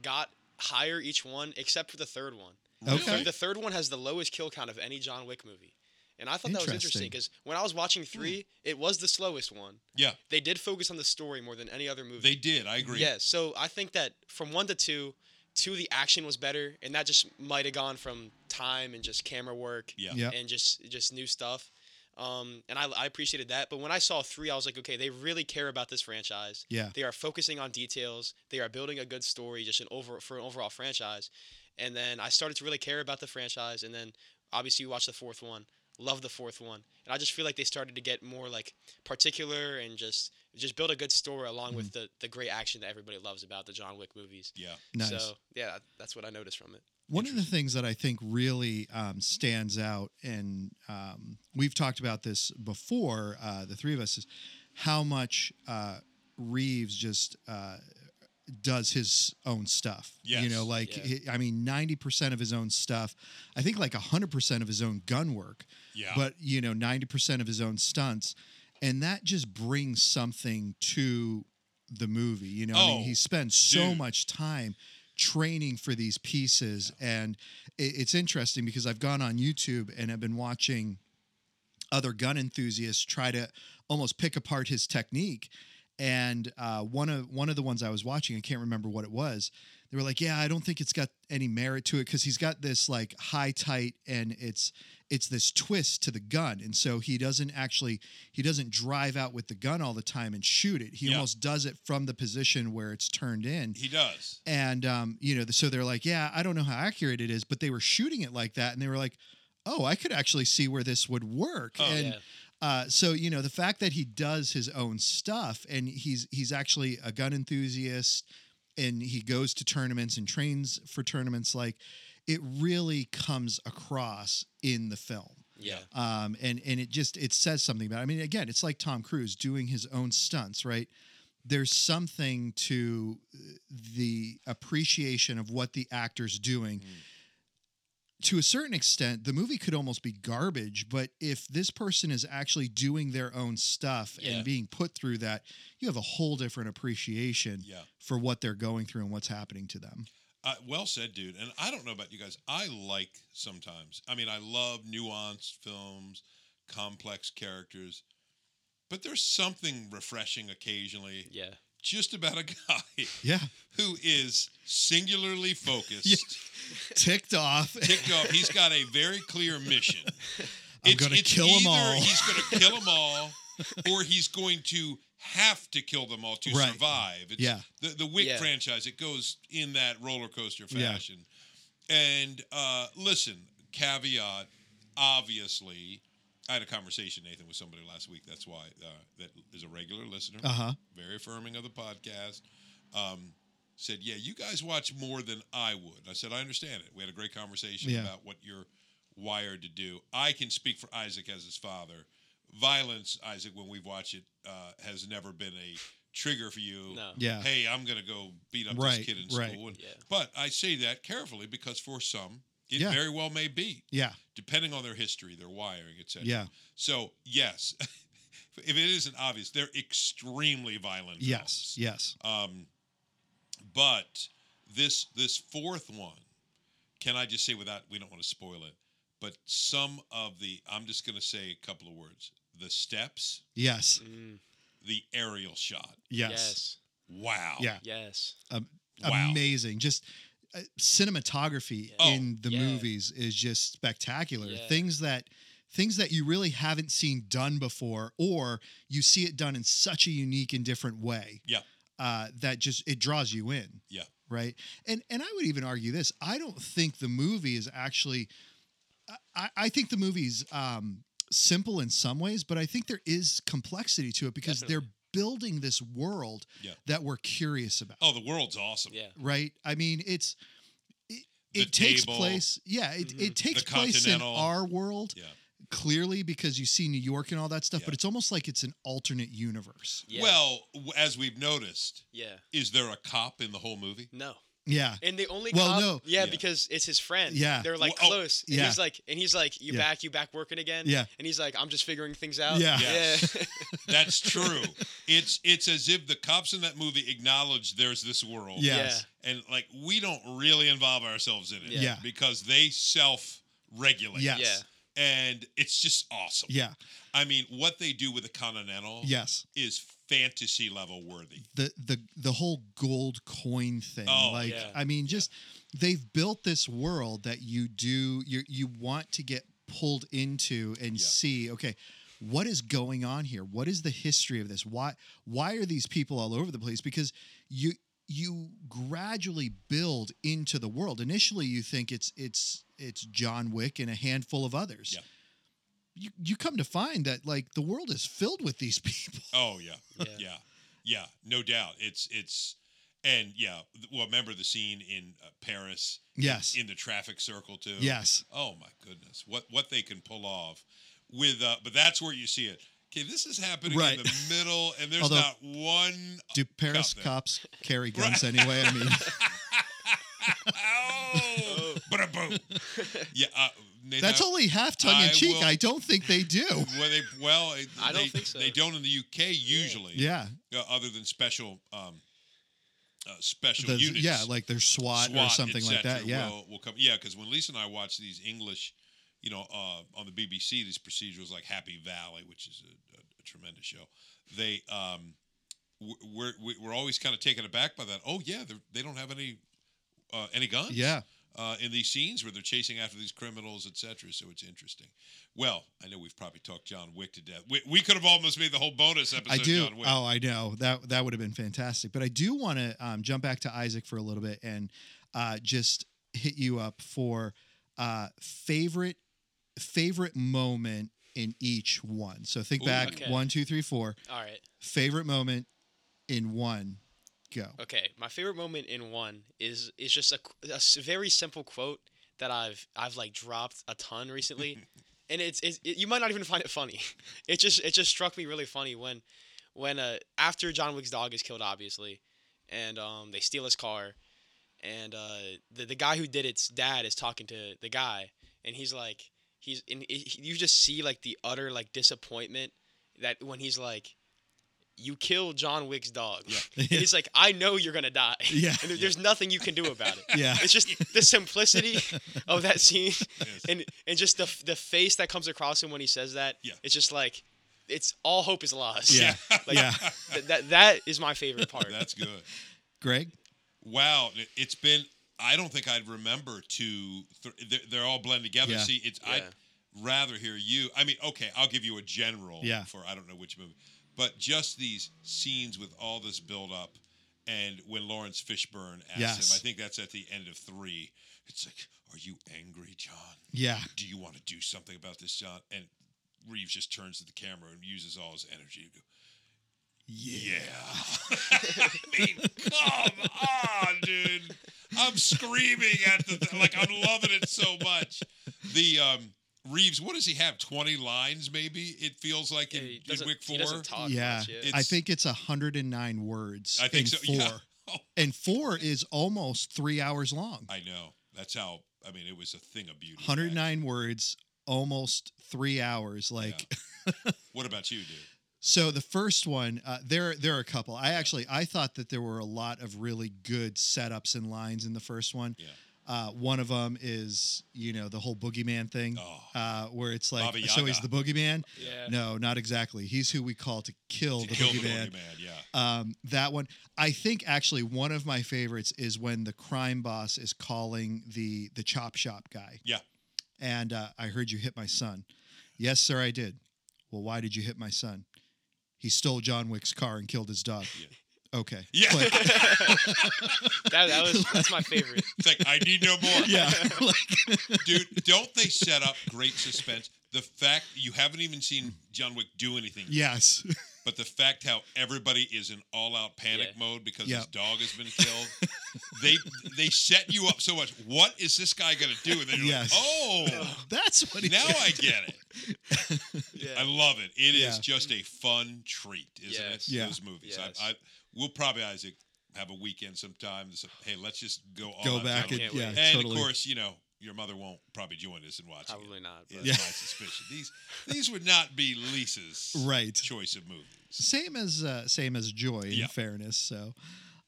[SPEAKER 3] got higher each one except for the third one.
[SPEAKER 1] Okay.
[SPEAKER 3] The third one has the lowest kill count of any John Wick movie. And I thought that was interesting
[SPEAKER 1] Interesting.
[SPEAKER 3] because when I was watching three, it was the slowest one.
[SPEAKER 2] Hmm. Yeah,
[SPEAKER 3] They did focus on the story more than any other movie.
[SPEAKER 2] they did. I agree.
[SPEAKER 3] Yeah, so I think that from one to two, two the action was better, and that just might have gone from time and just camera work
[SPEAKER 2] Yeah.
[SPEAKER 1] Yeah.
[SPEAKER 3] and just just new stuff. Um, and I, I appreciated that. But when I saw three, I was like, okay, they really care about this franchise.
[SPEAKER 1] Yeah.
[SPEAKER 3] They are focusing on details. They are building a good story, just an over for an overall franchise. And then I started to really care about the franchise. And then obviously you watch the fourth one, love the fourth one, and I just feel like they started to get more like particular and just just build a good story along
[SPEAKER 1] Mm-hmm.
[SPEAKER 3] with the the great action that everybody loves about the John Wick movies.
[SPEAKER 2] Yeah.
[SPEAKER 1] Nice.
[SPEAKER 3] So yeah, that's what I noticed from it.
[SPEAKER 1] One of the things that I think really um, stands out, and um, we've talked about this before, uh, the three of us, is how much uh, Reeves just uh, does his own stuff. You
[SPEAKER 2] Yes.
[SPEAKER 1] know, like,
[SPEAKER 3] Yeah.
[SPEAKER 1] he- I mean, 90% of his own stuff. I think like 100% of his own gun work,
[SPEAKER 2] Yeah.
[SPEAKER 1] but, you know, 90% of his own stunts. And that just brings something to the movie. You know, I mean,
[SPEAKER 2] Oh,
[SPEAKER 1] he spends so
[SPEAKER 2] dude.
[SPEAKER 1] much time training for these pieces and it, it's interesting because i've gone on youtube and i've been watching other gun enthusiasts try to almost pick apart his technique and uh, one of one of the ones I was watching, I can't remember what it was. They were like, "Yeah, I don't think it's got any merit to it because he's got this like high tight, and it's it's this twist to the gun, and so he doesn't actually he doesn't drive out with the gun all the time and shoot it. He
[SPEAKER 2] Yeah.
[SPEAKER 1] almost does it from the position where it's turned in,
[SPEAKER 2] He does.
[SPEAKER 1] and um, you know, so they're like, yeah, I don't know how accurate it is, but they were shooting it like that, and they were like, oh, I could actually see where this would work.
[SPEAKER 2] Oh,
[SPEAKER 1] and
[SPEAKER 3] yeah.
[SPEAKER 1] uh, so you know, the fact that he does his own stuff, and he's he's actually a gun enthusiast, and he goes to tournaments and trains for tournaments, like it really comes across in the film
[SPEAKER 3] Yeah.
[SPEAKER 1] um, and and it just it says something about. It. I mean, again, it's like Tom Cruise doing his own stunts, right? There's something to uh, the appreciation of what the actor's doing. To a certain extent, the movie could almost be garbage, but if this person is actually doing their own stuff
[SPEAKER 3] Yeah.
[SPEAKER 1] and being put through that, you have a whole different appreciation
[SPEAKER 2] Yeah.
[SPEAKER 1] for what they're going through and what's happening to them.
[SPEAKER 2] Uh, well said, dude. And I don't know about you guys. I like sometimes. I mean, I love nuanced films, complex characters, but there's something refreshing occasionally
[SPEAKER 3] Yeah.
[SPEAKER 2] just about a guy
[SPEAKER 1] Yeah,
[SPEAKER 2] who is singularly focused.
[SPEAKER 1] ticked off.
[SPEAKER 2] Ticked off. He's got a very clear mission.
[SPEAKER 1] I'm gonna kill 'em
[SPEAKER 2] either
[SPEAKER 1] all.
[SPEAKER 2] He's going to kill them all, or he's going to have to kill them all to
[SPEAKER 1] Right.
[SPEAKER 2] survive. It's
[SPEAKER 1] Yeah.
[SPEAKER 2] the the Wick
[SPEAKER 3] Yeah.
[SPEAKER 2] franchise. It goes in that roller coaster
[SPEAKER 1] Yeah.
[SPEAKER 2] fashion. And uh, listen, caveat. Obviously, I had a conversation Nathan with somebody last week. That's why uh, that is a regular listener
[SPEAKER 1] Uh huh.
[SPEAKER 2] very affirming of the podcast. Um, said, "Yeah, you guys watch more than I would." I said, "I understand it." We had a great conversation
[SPEAKER 1] Yeah.
[SPEAKER 2] about what you're wired to do. I can speak for Isaac as his father. Violence, Isaac, when we've watched it, uh, has never been a trigger for you.
[SPEAKER 3] No.
[SPEAKER 1] Yeah.
[SPEAKER 2] Hey, I'm gonna go beat up
[SPEAKER 1] Right,
[SPEAKER 2] this kid in
[SPEAKER 1] right.
[SPEAKER 2] school. And-
[SPEAKER 3] Yeah.
[SPEAKER 2] But I say that carefully because for some, it
[SPEAKER 1] Yeah.
[SPEAKER 2] very well may be,
[SPEAKER 1] Yeah.
[SPEAKER 2] depending on their history, their wiring, etc.
[SPEAKER 1] Yeah.
[SPEAKER 2] So yes, if it isn't obvious, they're extremely violent.
[SPEAKER 1] Yes.
[SPEAKER 2] films.
[SPEAKER 1] Yes.
[SPEAKER 2] Um, but this this fourth one, can I just say without we don't want to spoil it, but some of the I'm just going to say a couple of words. The steps,
[SPEAKER 1] Yes.
[SPEAKER 3] Mm,
[SPEAKER 2] the aerial shot.
[SPEAKER 1] Yes.
[SPEAKER 3] yes.
[SPEAKER 2] Wow.
[SPEAKER 1] Yeah.
[SPEAKER 3] Yes.
[SPEAKER 2] Wow.
[SPEAKER 1] Amazing. Just uh, cinematography
[SPEAKER 2] Oh,
[SPEAKER 1] in the
[SPEAKER 3] yeah.
[SPEAKER 1] movies is just spectacular.
[SPEAKER 3] Yeah.
[SPEAKER 1] Things that things that you really haven't seen done before or you see it done in such a unique and different way.
[SPEAKER 2] Yeah.
[SPEAKER 1] Uh, that just it draws you in.
[SPEAKER 2] Yeah.
[SPEAKER 1] Right? And and I would even argue this. I don't think the movie is actually I, I think the movie's um simple in some ways, but I think there is complexity to it because they're
[SPEAKER 3] Definitely.
[SPEAKER 1] building this world
[SPEAKER 2] Yeah.
[SPEAKER 1] that we're curious about
[SPEAKER 2] Oh, the world's awesome.
[SPEAKER 3] Yeah.
[SPEAKER 1] right? I mean, it's it,
[SPEAKER 2] The
[SPEAKER 1] it takes
[SPEAKER 2] table. Mm-hmm.
[SPEAKER 1] place. Yeah, it,
[SPEAKER 3] Mhm.
[SPEAKER 1] it takes
[SPEAKER 2] The
[SPEAKER 1] place in
[SPEAKER 2] Continental.
[SPEAKER 1] our world
[SPEAKER 2] Yeah.
[SPEAKER 1] clearly because you see New York and all that stuff,
[SPEAKER 2] Yeah.
[SPEAKER 1] but it's almost like it's an alternate universe.
[SPEAKER 3] Yeah.
[SPEAKER 2] Well, w- as we've noticed,
[SPEAKER 3] Yeah.
[SPEAKER 2] is there a cop in the whole movie?
[SPEAKER 3] No.
[SPEAKER 1] Yeah,
[SPEAKER 3] And the only
[SPEAKER 1] Well,
[SPEAKER 3] cop,
[SPEAKER 1] no.
[SPEAKER 3] yeah,
[SPEAKER 2] Yeah.
[SPEAKER 3] because it's his friend.
[SPEAKER 1] Yeah.
[SPEAKER 3] they're like
[SPEAKER 2] Well, oh,
[SPEAKER 3] close. And
[SPEAKER 1] yeah.
[SPEAKER 3] he's like, and he's like, you
[SPEAKER 1] Yeah.
[SPEAKER 3] back, you back working again.
[SPEAKER 1] Yeah.
[SPEAKER 3] and he's like, I'm just figuring things out.
[SPEAKER 1] Yeah.
[SPEAKER 2] Yes.
[SPEAKER 3] yeah,
[SPEAKER 2] That's true. it's it's as if the cops in that movie acknowledge there's this world.
[SPEAKER 1] Yes.
[SPEAKER 2] and like we don't really involve ourselves in it
[SPEAKER 3] Yeah.
[SPEAKER 1] Yeah.
[SPEAKER 2] because they self regulate
[SPEAKER 1] Yes.
[SPEAKER 3] yeah.
[SPEAKER 2] and it's just awesome
[SPEAKER 1] yeah,
[SPEAKER 2] i mean what they do with the continental
[SPEAKER 1] yes.
[SPEAKER 2] is fantasy level worthy
[SPEAKER 1] The the the whole gold coin thing.
[SPEAKER 2] Oh,
[SPEAKER 1] like,
[SPEAKER 3] yeah.
[SPEAKER 1] I mean, just they've built this world that you do you you want to get pulled into and
[SPEAKER 2] Yeah.
[SPEAKER 1] see. Okay. What is going on here? What is the history of this? Why why are these people all over the place? Because you you gradually build into the world. Initially, you think it's it's it's John Wick and a handful of others.
[SPEAKER 2] Yeah.
[SPEAKER 1] You you come to find that like the world is filled with these people.
[SPEAKER 2] oh yeah
[SPEAKER 3] yeah.
[SPEAKER 2] yeah yeah no doubt it's it's and yeah well remember the scene in uh, paris
[SPEAKER 1] Yes.
[SPEAKER 2] in the traffic circle too
[SPEAKER 1] Yes.
[SPEAKER 2] Oh my goodness, what what they can pull off with, uh, but that's where you see it. Okay, this is happening
[SPEAKER 1] Right.
[SPEAKER 2] in the middle, and there's
[SPEAKER 1] Although-
[SPEAKER 2] not one.
[SPEAKER 1] Do Paris
[SPEAKER 2] there.
[SPEAKER 1] cops carry guns anyway? I mean,
[SPEAKER 2] oh, but boom. Yeah, uh, Nathan,
[SPEAKER 1] that's
[SPEAKER 2] I-
[SPEAKER 1] only half tongue in cheek.
[SPEAKER 2] will-
[SPEAKER 1] I don't think they do.
[SPEAKER 2] Well, they well,
[SPEAKER 3] I
[SPEAKER 2] they,
[SPEAKER 3] don't think so.
[SPEAKER 2] They don't in the UK usually.
[SPEAKER 1] Yeah.
[SPEAKER 2] uh, other than special, um, uh, special
[SPEAKER 1] The-
[SPEAKER 2] units.
[SPEAKER 1] yeah, like their SWAT, or
[SPEAKER 2] SWAT,
[SPEAKER 1] something
[SPEAKER 2] et
[SPEAKER 1] like that.
[SPEAKER 2] cetera,
[SPEAKER 1] Yeah.
[SPEAKER 2] will, will come. Yeah, because when Lisa and I watch these English, you know, uh, on the BBC, these procedurals like Happy Valley, which is a, a, a tremendous show. They um, w- we're we- we're always kind of taken aback by that. Oh yeah, they're- they don't have any uh, any guns.
[SPEAKER 1] Yeah.
[SPEAKER 2] uh, in these scenes where they're chasing after these criminals, etc. So it's interesting. Well, I know we've probably talked John Wick to death. We, we could have almost made the whole bonus episode.
[SPEAKER 1] I do.
[SPEAKER 2] John Wick.
[SPEAKER 1] Oh, I know that that would have been fantastic. But I do want to um, jump back to Isaac for a little bit and uh, just hit you up for uh, favorite favorite moment in each one. So think
[SPEAKER 2] Ooh,
[SPEAKER 1] back
[SPEAKER 3] okay.
[SPEAKER 1] one, two, three, four.
[SPEAKER 3] All right.
[SPEAKER 1] Favorite moment in one. Go.
[SPEAKER 3] Okay, my favorite moment in one is is just a, qu- a s- very simple quote that I've I've like dropped a ton recently, and it's, it's it, you might not even find it funny. It just it just struck me really funny when when uh after John Wick's dog is killed obviously, and um they steal his car, and uh the the guy who did it's dad is talking to the guy, and he's like he's and it, you just see like the utter like disappointment that when he's like. You killed John Wick's dog. And he's like, I know you're gonna die.
[SPEAKER 1] Yeah.
[SPEAKER 3] And there- there's nothing you can do about it.
[SPEAKER 1] Yeah.
[SPEAKER 3] It's just the simplicity of that scene,
[SPEAKER 2] Yes.
[SPEAKER 3] and and just the the face that comes across him when he says that.
[SPEAKER 2] Yeah.
[SPEAKER 3] It's just like, it's all hope is lost.
[SPEAKER 1] Yeah.
[SPEAKER 3] Like,
[SPEAKER 1] yeah.
[SPEAKER 3] th- that that is my favorite part.
[SPEAKER 2] That's good.
[SPEAKER 1] Greg.
[SPEAKER 2] Wow, it- it's been. I don't think I'd remember to. Th- they're, they're all blend together.
[SPEAKER 1] Yeah.
[SPEAKER 2] See, it's.
[SPEAKER 3] Yeah.
[SPEAKER 2] I'd rather hear you. I mean, okay, I'll give you a general.
[SPEAKER 1] Yeah.
[SPEAKER 2] For I don't know which movie, but just these scenes with all this build up, and when Lawrence Fishburne asks
[SPEAKER 1] Yes.
[SPEAKER 2] him, I think that's at the end of three. It's like, are you angry, John?
[SPEAKER 1] Yeah.
[SPEAKER 2] do you want to do something about this, John? And Reeves just turns to the camera and uses all his energy to go,
[SPEAKER 1] Yeah.
[SPEAKER 2] Yeah. I mean, come on, dude. I'm screaming at the th- like I'm loving it so much. The um Reeves, what does he have? Twenty lines, maybe it feels like
[SPEAKER 3] Yeah,
[SPEAKER 2] in,
[SPEAKER 3] he
[SPEAKER 2] in
[SPEAKER 3] doesn't-
[SPEAKER 2] Wick Four.
[SPEAKER 3] He doesn't talk
[SPEAKER 1] Yeah.
[SPEAKER 3] much. Yeah.
[SPEAKER 2] It's-
[SPEAKER 1] I think it's 109 words.
[SPEAKER 2] I think
[SPEAKER 1] in
[SPEAKER 2] so.
[SPEAKER 1] Four.
[SPEAKER 2] Yeah. Oh,
[SPEAKER 1] And four is almost three hours long.
[SPEAKER 2] I know. That's how. I mean, it was a thing of beauty. man.
[SPEAKER 1] 109 words, almost three hours. Like,
[SPEAKER 2] What about you, dude?
[SPEAKER 1] So the first one, uh, there there are a couple. I actually I thought that there were a lot of really good setups and lines in the first one.
[SPEAKER 2] Yeah.
[SPEAKER 1] Uh, one of them is you know the whole boogeyman thing,
[SPEAKER 2] Oh,
[SPEAKER 1] uh, where it's like
[SPEAKER 2] Baba
[SPEAKER 1] so he's the
[SPEAKER 2] Yaga.
[SPEAKER 1] boogeyman.
[SPEAKER 3] Yeah.
[SPEAKER 1] No, not exactly. He's who we call to kill the
[SPEAKER 2] kill the
[SPEAKER 1] boogeyman.
[SPEAKER 2] boogeyman. Yeah.
[SPEAKER 1] Um, that one, I think actually one of my favorites is when the crime boss is calling the the chop shop guy.
[SPEAKER 2] Yeah.
[SPEAKER 1] And uh, I heard you hit my son. Yes, sir, I did. Well, why did you hit my son? He stole John Wick's car and killed his dog. Okay.
[SPEAKER 2] Yeah.
[SPEAKER 1] Click.
[SPEAKER 3] That, that was that's my favorite.
[SPEAKER 2] It's like I need no more.
[SPEAKER 1] yeah. Like,
[SPEAKER 2] dude. Don't they set up great suspense? The fact you haven't even seen John Wick do anything, yet,
[SPEAKER 1] yes.
[SPEAKER 2] but the fact how everybody is in all-out panic
[SPEAKER 3] Yeah.
[SPEAKER 2] mode because
[SPEAKER 1] Yeah.
[SPEAKER 2] his dog has been killed. they they set you up so much. What is this guy gonna do? And then you're
[SPEAKER 1] Yes.
[SPEAKER 2] like, oh,
[SPEAKER 1] That's what he
[SPEAKER 2] now
[SPEAKER 1] did.
[SPEAKER 2] I get it. I
[SPEAKER 3] Yeah.
[SPEAKER 2] love it. It is
[SPEAKER 1] Yeah.
[SPEAKER 2] just a fun treat, isn't
[SPEAKER 3] Yes.
[SPEAKER 2] it?
[SPEAKER 1] Yeah.
[SPEAKER 2] Those movies.
[SPEAKER 3] Yes.
[SPEAKER 2] I, I we'll probably Isaac have a weekend sometime. So, hey, let's just go all
[SPEAKER 1] Go
[SPEAKER 2] out
[SPEAKER 1] back
[SPEAKER 2] John
[SPEAKER 1] and
[SPEAKER 2] Wick.
[SPEAKER 3] Can't
[SPEAKER 1] yeah,
[SPEAKER 3] wait.
[SPEAKER 2] and
[SPEAKER 1] totally.
[SPEAKER 2] of course, you know. Your mother won't probably join us in watching. it.
[SPEAKER 3] Probably not.
[SPEAKER 2] Yeah,
[SPEAKER 3] But
[SPEAKER 1] Yeah.
[SPEAKER 2] That's my suspicion. These these would not be Lisa's
[SPEAKER 1] Right.
[SPEAKER 2] choice of movies.
[SPEAKER 1] Same as uh, same as joy in
[SPEAKER 2] Yeah.
[SPEAKER 1] fairness. So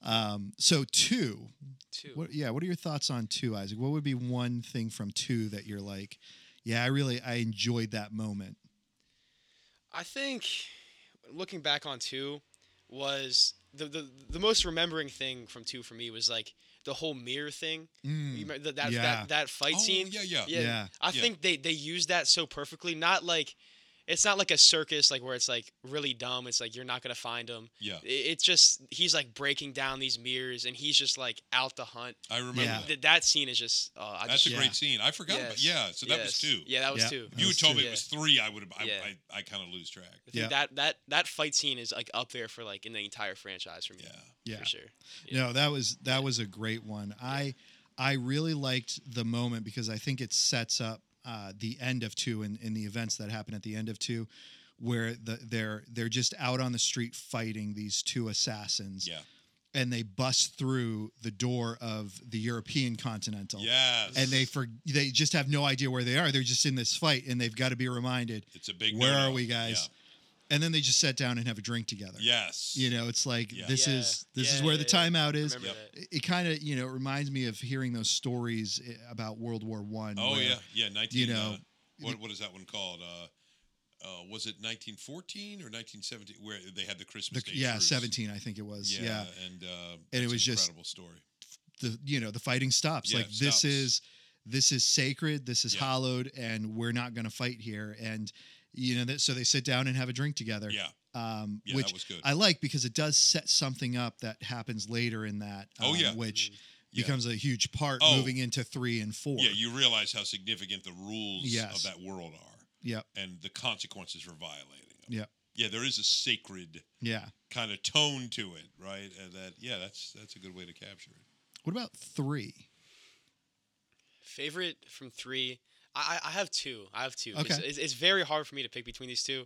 [SPEAKER 1] um so two
[SPEAKER 3] two.
[SPEAKER 1] What, yeah, what are your thoughts on two, Isaac? What would be one thing from two that you're like, yeah, I really I enjoyed that moment.
[SPEAKER 3] I think looking back on two was the, the the most remembering thing from two for me was like the whole mirror thing. You remember that that,
[SPEAKER 1] Mm. yeah.
[SPEAKER 3] that that fight
[SPEAKER 2] Oh,
[SPEAKER 3] scene?
[SPEAKER 2] yeah, yeah.
[SPEAKER 1] Yeah.
[SPEAKER 3] I
[SPEAKER 2] Yeah.
[SPEAKER 3] think they they used that so perfectly. Not like it's not like a circus like where it's like really dumb. It's like you're not gonna find him.
[SPEAKER 2] Yeah,
[SPEAKER 3] It, it's just he's like breaking down these mirrors and he's just like out to hunt.
[SPEAKER 2] I remember
[SPEAKER 1] Yeah.
[SPEAKER 2] that.
[SPEAKER 3] Th- that scene is just uh, I
[SPEAKER 2] That's
[SPEAKER 3] just
[SPEAKER 2] a
[SPEAKER 1] Yeah.
[SPEAKER 2] great scene. I forgot about.
[SPEAKER 3] Yes.
[SPEAKER 2] Yeah, so that was
[SPEAKER 3] yes.
[SPEAKER 2] two.
[SPEAKER 3] Yeah, that was
[SPEAKER 1] Yeah.
[SPEAKER 3] two.
[SPEAKER 1] That
[SPEAKER 2] you
[SPEAKER 1] was
[SPEAKER 2] had told
[SPEAKER 1] two.
[SPEAKER 2] me it was three. I would have. I,
[SPEAKER 3] Yeah.
[SPEAKER 2] I, I, kind of lose track.
[SPEAKER 3] I think
[SPEAKER 1] Yeah.
[SPEAKER 3] That that that fight scene is like up there for like in the entire franchise for me.
[SPEAKER 2] Yeah,
[SPEAKER 1] Yeah.
[SPEAKER 3] For sure.
[SPEAKER 1] No, that was that was a great one. I I really liked the moment because I think it sets up uh, the end of two and in the events that happen at the end of two, where the, they're they're just out on the street fighting these two assassins,
[SPEAKER 2] yeah,
[SPEAKER 1] and they bust through the door of the European Continental,
[SPEAKER 2] yes.
[SPEAKER 1] and they for they just have no idea where they are. They're just in this fight, and they've got to be reminded.
[SPEAKER 2] It's a big.
[SPEAKER 1] where
[SPEAKER 2] no-no.
[SPEAKER 1] are we guys and then they just sit down and have a drink together
[SPEAKER 2] Yeah. Yes.
[SPEAKER 1] you know it's like
[SPEAKER 2] Yeah.
[SPEAKER 1] this
[SPEAKER 3] Yeah.
[SPEAKER 1] is this is
[SPEAKER 3] Yeah,
[SPEAKER 1] where
[SPEAKER 3] yeah,
[SPEAKER 1] the
[SPEAKER 3] yeah.
[SPEAKER 1] timeout is
[SPEAKER 3] Remember
[SPEAKER 2] Yep.
[SPEAKER 3] that.
[SPEAKER 1] it, kind of you know it reminds me of hearing those stories i- about world war one
[SPEAKER 2] Oh
[SPEAKER 1] where-
[SPEAKER 2] yeah, yeah. Nineteen.
[SPEAKER 1] know,
[SPEAKER 2] uh, what what is that one called? Uh, uh, was it 1914 or 1917 where they had the Christmas
[SPEAKER 1] The-
[SPEAKER 2] Day?
[SPEAKER 1] yeah,
[SPEAKER 2] truce?
[SPEAKER 1] 17, I think it was. Yeah.
[SPEAKER 2] and uh,
[SPEAKER 1] it
[SPEAKER 2] it's an
[SPEAKER 1] was just-
[SPEAKER 2] incredible story.
[SPEAKER 1] The you know, the fighting stops.
[SPEAKER 2] Yeah,
[SPEAKER 1] like
[SPEAKER 2] it
[SPEAKER 1] this
[SPEAKER 2] stops.
[SPEAKER 1] is this is sacred, this is
[SPEAKER 2] Yeah.
[SPEAKER 1] hallowed and we're not going to fight here and you know that so they sit down and have a drink together.
[SPEAKER 2] Yeah,
[SPEAKER 1] Um
[SPEAKER 2] yeah,
[SPEAKER 1] which
[SPEAKER 2] that was good.
[SPEAKER 1] I like because it does set something up that happens later in that
[SPEAKER 2] Oh,
[SPEAKER 1] um,
[SPEAKER 2] yeah.
[SPEAKER 1] which
[SPEAKER 3] Mm.
[SPEAKER 2] Yeah.
[SPEAKER 1] becomes a huge part
[SPEAKER 2] Oh.
[SPEAKER 1] moving into 3 and 4.
[SPEAKER 2] yeah, you realize how significant the rules
[SPEAKER 1] Yes.
[SPEAKER 2] of that world are
[SPEAKER 1] Yep.
[SPEAKER 2] and the consequences for violating them.
[SPEAKER 1] Yep.
[SPEAKER 2] Yeah, there is a sacred
[SPEAKER 1] Yeah.
[SPEAKER 2] kind of tone to it, right? And that yeah, that's that's a good way to capture it.
[SPEAKER 1] What about 3?
[SPEAKER 3] Favorite from three. I I I have two. I have two. It's,
[SPEAKER 1] Okay.
[SPEAKER 3] it's, it's very hard for me to pick between these two.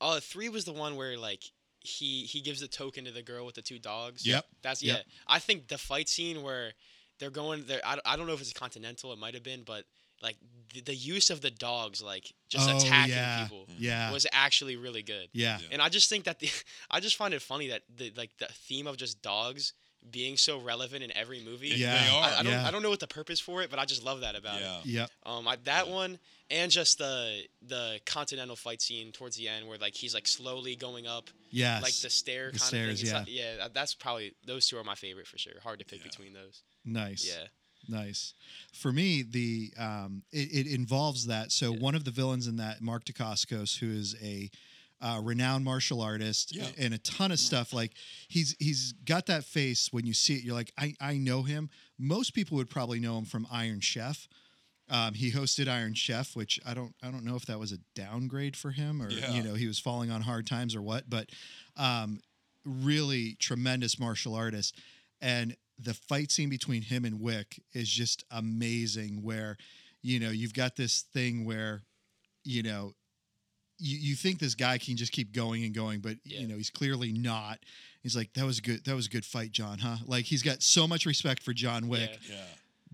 [SPEAKER 3] Uh, three was the one where like he he gives the token to the girl with the two dogs.
[SPEAKER 1] Yep.
[SPEAKER 3] That's yeah.
[SPEAKER 1] Yep.
[SPEAKER 3] I think the fight scene where they're going there. I, I don't know if it's a continental. It might have been, but like the, the use of the dogs, like just
[SPEAKER 1] Oh,
[SPEAKER 3] attacking
[SPEAKER 1] yeah.
[SPEAKER 3] people,
[SPEAKER 1] Yeah.
[SPEAKER 3] was actually really good.
[SPEAKER 1] yeah.
[SPEAKER 2] Yeah.
[SPEAKER 3] And I just think that the I just find it funny that the like the theme of just dogs being so relevant in every movie.
[SPEAKER 2] They-
[SPEAKER 1] Yeah.
[SPEAKER 2] They are.
[SPEAKER 3] I, I don't
[SPEAKER 1] Yeah.
[SPEAKER 3] I don't know what the purpose for it, but I just love that about it.
[SPEAKER 2] yeah.
[SPEAKER 1] Yep.
[SPEAKER 3] Um, I, that
[SPEAKER 2] Yeah.
[SPEAKER 3] one and just the the continental fight scene towards the end where like he's like slowly going up
[SPEAKER 1] Yes.
[SPEAKER 3] like the stair
[SPEAKER 1] The
[SPEAKER 3] kind of
[SPEAKER 1] stairs,
[SPEAKER 3] thing. It's
[SPEAKER 1] yeah.
[SPEAKER 3] not- yeah, that- that's probably those two are my favorite for sure. Hard to pick
[SPEAKER 2] Yeah.
[SPEAKER 3] between those.
[SPEAKER 1] nice.
[SPEAKER 3] Yeah.
[SPEAKER 1] Nice. For me, the um, it, it involves that. So one of the villains in that, Mark Dacascos, who is a uh, renowned martial artist
[SPEAKER 2] Yeah.
[SPEAKER 1] and a ton of stuff. Like he's he's got that face when you see it, you're like, I I know him. Most people would probably know him from Iron Chef. Um, he hosted Iron Chef, which I don't I don't know if that was a downgrade for him or
[SPEAKER 2] Yeah.
[SPEAKER 1] you know he was falling on hard times or what, but um, really tremendous martial artist. And the fight scene between him and Wick is just amazing. Where you know you've got this thing where you know you, you think this guy can just keep going and going, but
[SPEAKER 3] Yeah.
[SPEAKER 1] you know he's clearly not. He's like that was a good that was a good fight, John, huh? Like he's got so much respect for John Wick,
[SPEAKER 3] Yeah.
[SPEAKER 2] Yeah.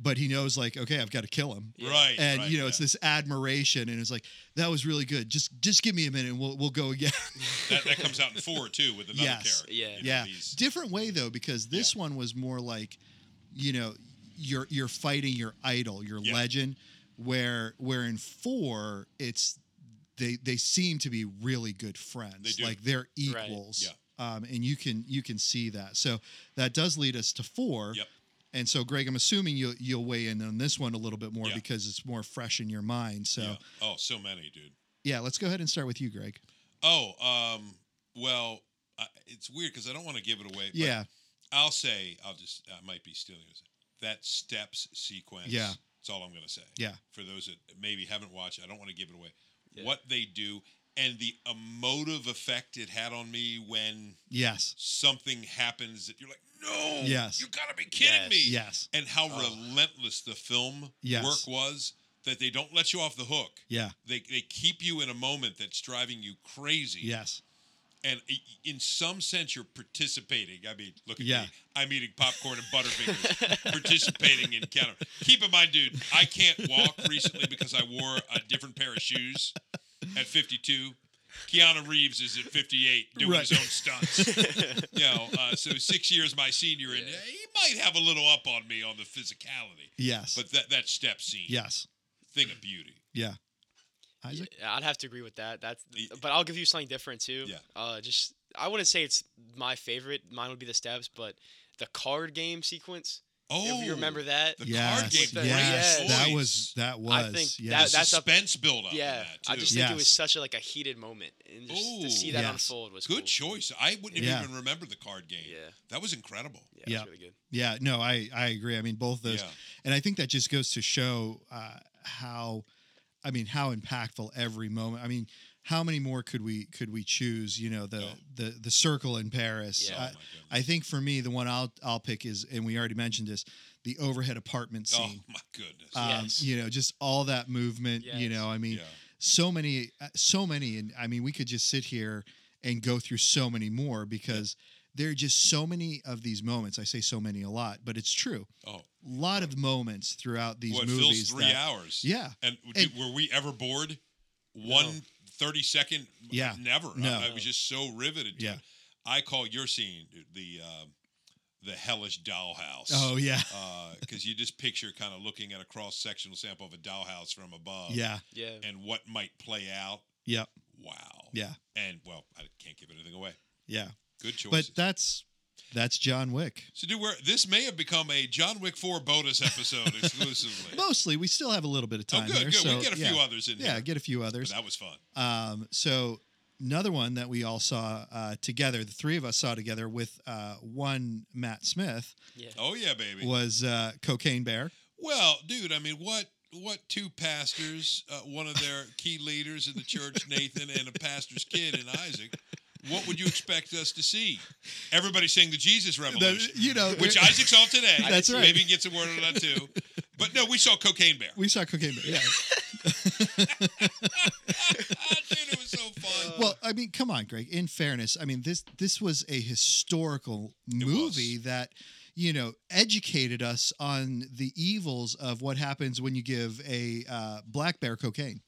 [SPEAKER 1] but he knows like okay, I've got to kill him
[SPEAKER 3] Yeah.
[SPEAKER 2] Right.
[SPEAKER 1] and
[SPEAKER 2] right,
[SPEAKER 1] you know
[SPEAKER 2] yeah.
[SPEAKER 1] it's this admiration and it's like that was really good just just give me a minute and we'll, we'll go again
[SPEAKER 2] that, that comes out in four too with another
[SPEAKER 1] Yes.
[SPEAKER 2] character.
[SPEAKER 3] Yeah.
[SPEAKER 2] you know,
[SPEAKER 1] yeah
[SPEAKER 2] these-
[SPEAKER 1] different way though because this one was more like you know you're you're fighting your idol your
[SPEAKER 2] Yeah.
[SPEAKER 1] legend where where in four it's they they seem to be really good friends
[SPEAKER 2] They do.
[SPEAKER 1] like they're equals
[SPEAKER 2] Yeah.
[SPEAKER 1] um, and you can you can see that so that does lead us to four
[SPEAKER 2] Yep.
[SPEAKER 1] and so greg i'm assuming you'll you'll weigh in on this one a little bit more
[SPEAKER 2] Yeah.
[SPEAKER 1] because it's more fresh in your mind so
[SPEAKER 2] yeah. Oh, so many, dude.
[SPEAKER 1] Yeah, let's go ahead and start with you, Greg.
[SPEAKER 2] Oh, um, well, I, it's weird because I don't want to give it away. but
[SPEAKER 1] Yeah,
[SPEAKER 2] I'll say I'll just I might be stealing this. That steps sequence.
[SPEAKER 1] Yeah.
[SPEAKER 2] That's all I'm gonna say.
[SPEAKER 1] Yeah.
[SPEAKER 2] For those that maybe haven't watched, I don't want to give it away.
[SPEAKER 3] Yeah.
[SPEAKER 2] What they do and the emotive effect it had on me when
[SPEAKER 1] yes,
[SPEAKER 2] something happens that you're like, no,
[SPEAKER 1] Yes.
[SPEAKER 2] you gotta be kidding
[SPEAKER 3] Yes.
[SPEAKER 2] me.
[SPEAKER 1] yes,
[SPEAKER 2] And how
[SPEAKER 3] Oh.
[SPEAKER 2] relentless the film
[SPEAKER 1] Yes.
[SPEAKER 2] work was that they don't let you off the hook.
[SPEAKER 1] yeah,
[SPEAKER 2] They, they keep you in a moment that's driving you crazy
[SPEAKER 1] yes,
[SPEAKER 2] and i- in some sense you're participating. I mean, look at
[SPEAKER 1] Yeah.
[SPEAKER 2] me. I'm eating popcorn and butterfingers, participating in counter. Keep in mind, dude, I can't walk recently because I wore a different pair of shoes at 52. Keanu Reeves is at 58 doing
[SPEAKER 1] Right.
[SPEAKER 2] his own stunts. you know, uh, so six years my senior, and uh,
[SPEAKER 3] Yeah.
[SPEAKER 2] he might have a little up on me on the physicality.
[SPEAKER 1] yes,
[SPEAKER 2] But that that step scene,
[SPEAKER 1] yes,
[SPEAKER 2] thing of beauty.
[SPEAKER 1] yeah. Isaac,
[SPEAKER 3] Yeah, I'd have to agree with that. That's
[SPEAKER 2] Y-
[SPEAKER 3] but I'll give you something different too.
[SPEAKER 2] Yeah.
[SPEAKER 3] Uh, just I wouldn't say it's my favorite. Mine would be the steps, but the card game sequence.
[SPEAKER 2] Oh,
[SPEAKER 3] if you remember that.
[SPEAKER 2] the card
[SPEAKER 1] yes,
[SPEAKER 2] game,
[SPEAKER 3] the-
[SPEAKER 1] yes,
[SPEAKER 3] Great
[SPEAKER 1] that
[SPEAKER 2] voice.
[SPEAKER 1] was that was
[SPEAKER 3] I think
[SPEAKER 2] Oh, the
[SPEAKER 1] yes,
[SPEAKER 3] that- that's a-
[SPEAKER 2] suspense build up.
[SPEAKER 3] yeah, I just think it was
[SPEAKER 1] Yes.
[SPEAKER 3] such a like a heated moment, and just to see
[SPEAKER 2] Ooh.
[SPEAKER 3] that
[SPEAKER 1] Yes.
[SPEAKER 3] unfold was
[SPEAKER 2] Good
[SPEAKER 3] cool.
[SPEAKER 2] choice. I wouldn't
[SPEAKER 1] Yeah.
[SPEAKER 2] even remember the card game.
[SPEAKER 3] Yeah,
[SPEAKER 2] That was incredible.
[SPEAKER 3] yeah,
[SPEAKER 1] Yeah.
[SPEAKER 3] It was really good.
[SPEAKER 1] yeah. No, I I agree. I mean, both those,
[SPEAKER 2] Yeah.
[SPEAKER 1] and I think that just goes to show uh, how, I mean, how impactful every moment. I mean, how many more could we could we choose? You know, the
[SPEAKER 2] Yeah.
[SPEAKER 1] the the circle in Paris.
[SPEAKER 3] Yeah.
[SPEAKER 2] Oh
[SPEAKER 1] I-
[SPEAKER 2] my goodness.
[SPEAKER 1] I think for me, the one I'll I'll pick is, and we already mentioned this, the overhead apartment
[SPEAKER 2] oh
[SPEAKER 1] scene.
[SPEAKER 2] my goodness.
[SPEAKER 1] Um,
[SPEAKER 3] Yes.
[SPEAKER 1] You know, just all that movement. You
[SPEAKER 3] Yes.
[SPEAKER 1] know, I mean,
[SPEAKER 2] yeah.
[SPEAKER 1] so many, uh, so many, and I mean, we could just sit here and go through so many more because there are just so many of these moments. I say so many a lot, but it's true.
[SPEAKER 2] Oh,
[SPEAKER 1] A lot of moments throughout these
[SPEAKER 2] well, it
[SPEAKER 1] movies.
[SPEAKER 2] fills three
[SPEAKER 1] that-
[SPEAKER 2] hours.
[SPEAKER 1] Yeah,
[SPEAKER 2] And,
[SPEAKER 1] And-
[SPEAKER 2] did- were we ever bored? One thirty second.
[SPEAKER 1] Yeah.
[SPEAKER 2] Never. I-
[SPEAKER 1] No.
[SPEAKER 2] I, was just so riveted. To
[SPEAKER 1] yeah.
[SPEAKER 2] it. I call your scene dude, the um, the hellish dollhouse.
[SPEAKER 1] Oh yeah,
[SPEAKER 2] Because you just picture kind of looking Oh. at a cross sectional sample of a dollhouse from above.
[SPEAKER 1] yeah,
[SPEAKER 3] Yeah,
[SPEAKER 2] And what might play out.
[SPEAKER 1] yep,
[SPEAKER 2] Wow.
[SPEAKER 1] Yeah.
[SPEAKER 2] And well, I can't give anything away.
[SPEAKER 1] Yeah.
[SPEAKER 2] Good choices.
[SPEAKER 1] But that's that's John Wick.
[SPEAKER 2] so do we this may have become a John Wick 4 bonus episode exclusively.
[SPEAKER 1] Mostly, we still have a little bit of
[SPEAKER 2] oh
[SPEAKER 1] time
[SPEAKER 2] good,
[SPEAKER 1] here.
[SPEAKER 2] good.
[SPEAKER 1] So,
[SPEAKER 2] we get a
[SPEAKER 1] yeah,
[SPEAKER 2] few others in
[SPEAKER 1] Yeah,
[SPEAKER 2] here.
[SPEAKER 1] get a few
[SPEAKER 2] But
[SPEAKER 1] others.
[SPEAKER 2] that was fun.
[SPEAKER 1] Um, so another one that we all saw uh, together, the three of us saw together with uh, one Matt Smith
[SPEAKER 3] Yeah.
[SPEAKER 2] Oh yeah, baby.
[SPEAKER 1] was uh, Cocaine Bear.
[SPEAKER 2] Well, dude, I mean, what what two pastors, uh, one of their key leaders in the church, Nathan, and a pastor's kid in Isaac, what would you expect us to see? Everybody saying the Jesus revolution,
[SPEAKER 1] you know,
[SPEAKER 2] which
[SPEAKER 1] there-
[SPEAKER 2] Isaac saw today.
[SPEAKER 1] That's right.
[SPEAKER 2] Maybe he gets a word on that too. But no, we saw Cocaine Bear.
[SPEAKER 1] we saw Cocaine Bear. Yeah.
[SPEAKER 2] Ah, dude, it was so fun.
[SPEAKER 1] well, I mean, come on, Greg. In fairness, I mean this this was a historical movie that you know educated us on the evils of what happens when you give a uh, black bear cocaine.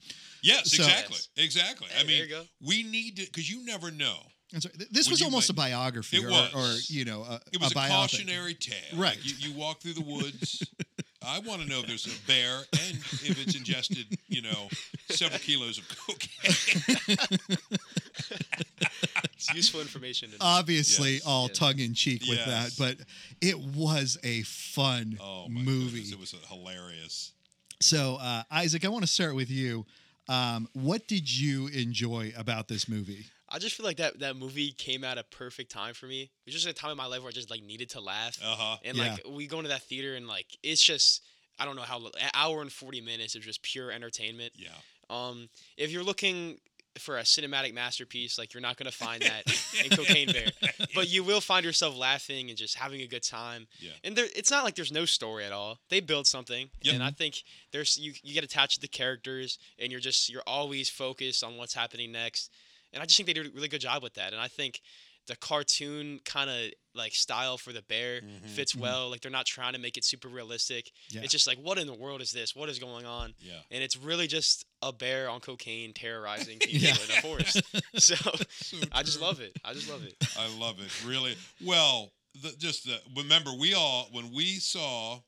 [SPEAKER 2] yes,
[SPEAKER 1] so-
[SPEAKER 2] exactly, exactly.
[SPEAKER 3] Hey,
[SPEAKER 2] I mean,
[SPEAKER 3] there you go.
[SPEAKER 2] we need to because you never know.
[SPEAKER 1] And so th- this
[SPEAKER 2] When
[SPEAKER 1] was
[SPEAKER 2] you
[SPEAKER 1] almost a
[SPEAKER 2] might-
[SPEAKER 1] biography,
[SPEAKER 2] It
[SPEAKER 1] or,
[SPEAKER 2] was.
[SPEAKER 1] or you know, a,
[SPEAKER 2] It was a,
[SPEAKER 1] biopic.
[SPEAKER 2] cautionary tale.
[SPEAKER 1] Right.
[SPEAKER 2] Like, you, you walk through the woods. I want to know if there's a bear and if it's ingested, you know, several kilos of cocaine.
[SPEAKER 3] It's useful information. To know.
[SPEAKER 2] Uh,
[SPEAKER 1] Obviously,
[SPEAKER 2] Yes.
[SPEAKER 1] all
[SPEAKER 3] Yes.
[SPEAKER 1] tongue in cheek with
[SPEAKER 2] Yes.
[SPEAKER 1] that, but it was a fun
[SPEAKER 2] Oh, my
[SPEAKER 1] movie.
[SPEAKER 2] goodness, it was hilarious.
[SPEAKER 1] So, uh, Isaac, I want to start with you. Um, what did you enjoy about this movie?
[SPEAKER 3] I just feel like that that movie came at a perfect time for me. It was just a time in my life where I just like needed to laugh.
[SPEAKER 2] Uh huh.
[SPEAKER 3] And like we go into that theater and like it's just I don't know how an hour and 40 minutes of just pure entertainment.
[SPEAKER 2] Yeah.
[SPEAKER 3] Um if you're looking for a cinematic masterpiece, like you're not going to find that in Cocaine Bear. But you will find yourself laughing and just having a good time.
[SPEAKER 2] Yeah.
[SPEAKER 3] And there it's not like there's no story at all. They build something.
[SPEAKER 2] Yep.
[SPEAKER 3] And I think there's you you get attached to the characters and you're just you're always focused on what's happening next. And I just think they did a really good job with that. And I think the cartoon kind of like style for the bear
[SPEAKER 2] Mhm.
[SPEAKER 3] fits
[SPEAKER 1] Mhm.
[SPEAKER 3] well. Like they're not trying to make it super realistic.
[SPEAKER 1] Yeah.
[SPEAKER 3] It's just like, what in the world is this? What is going on?
[SPEAKER 2] Yeah.
[SPEAKER 3] And it's really just a bear on cocaine terrorizing people
[SPEAKER 1] Yeah.
[SPEAKER 3] in a forest. So
[SPEAKER 2] So
[SPEAKER 3] I just
[SPEAKER 2] true.
[SPEAKER 3] love it. I just love it.
[SPEAKER 2] I love it. Really. Well, the, just the, remember, we all, when we saw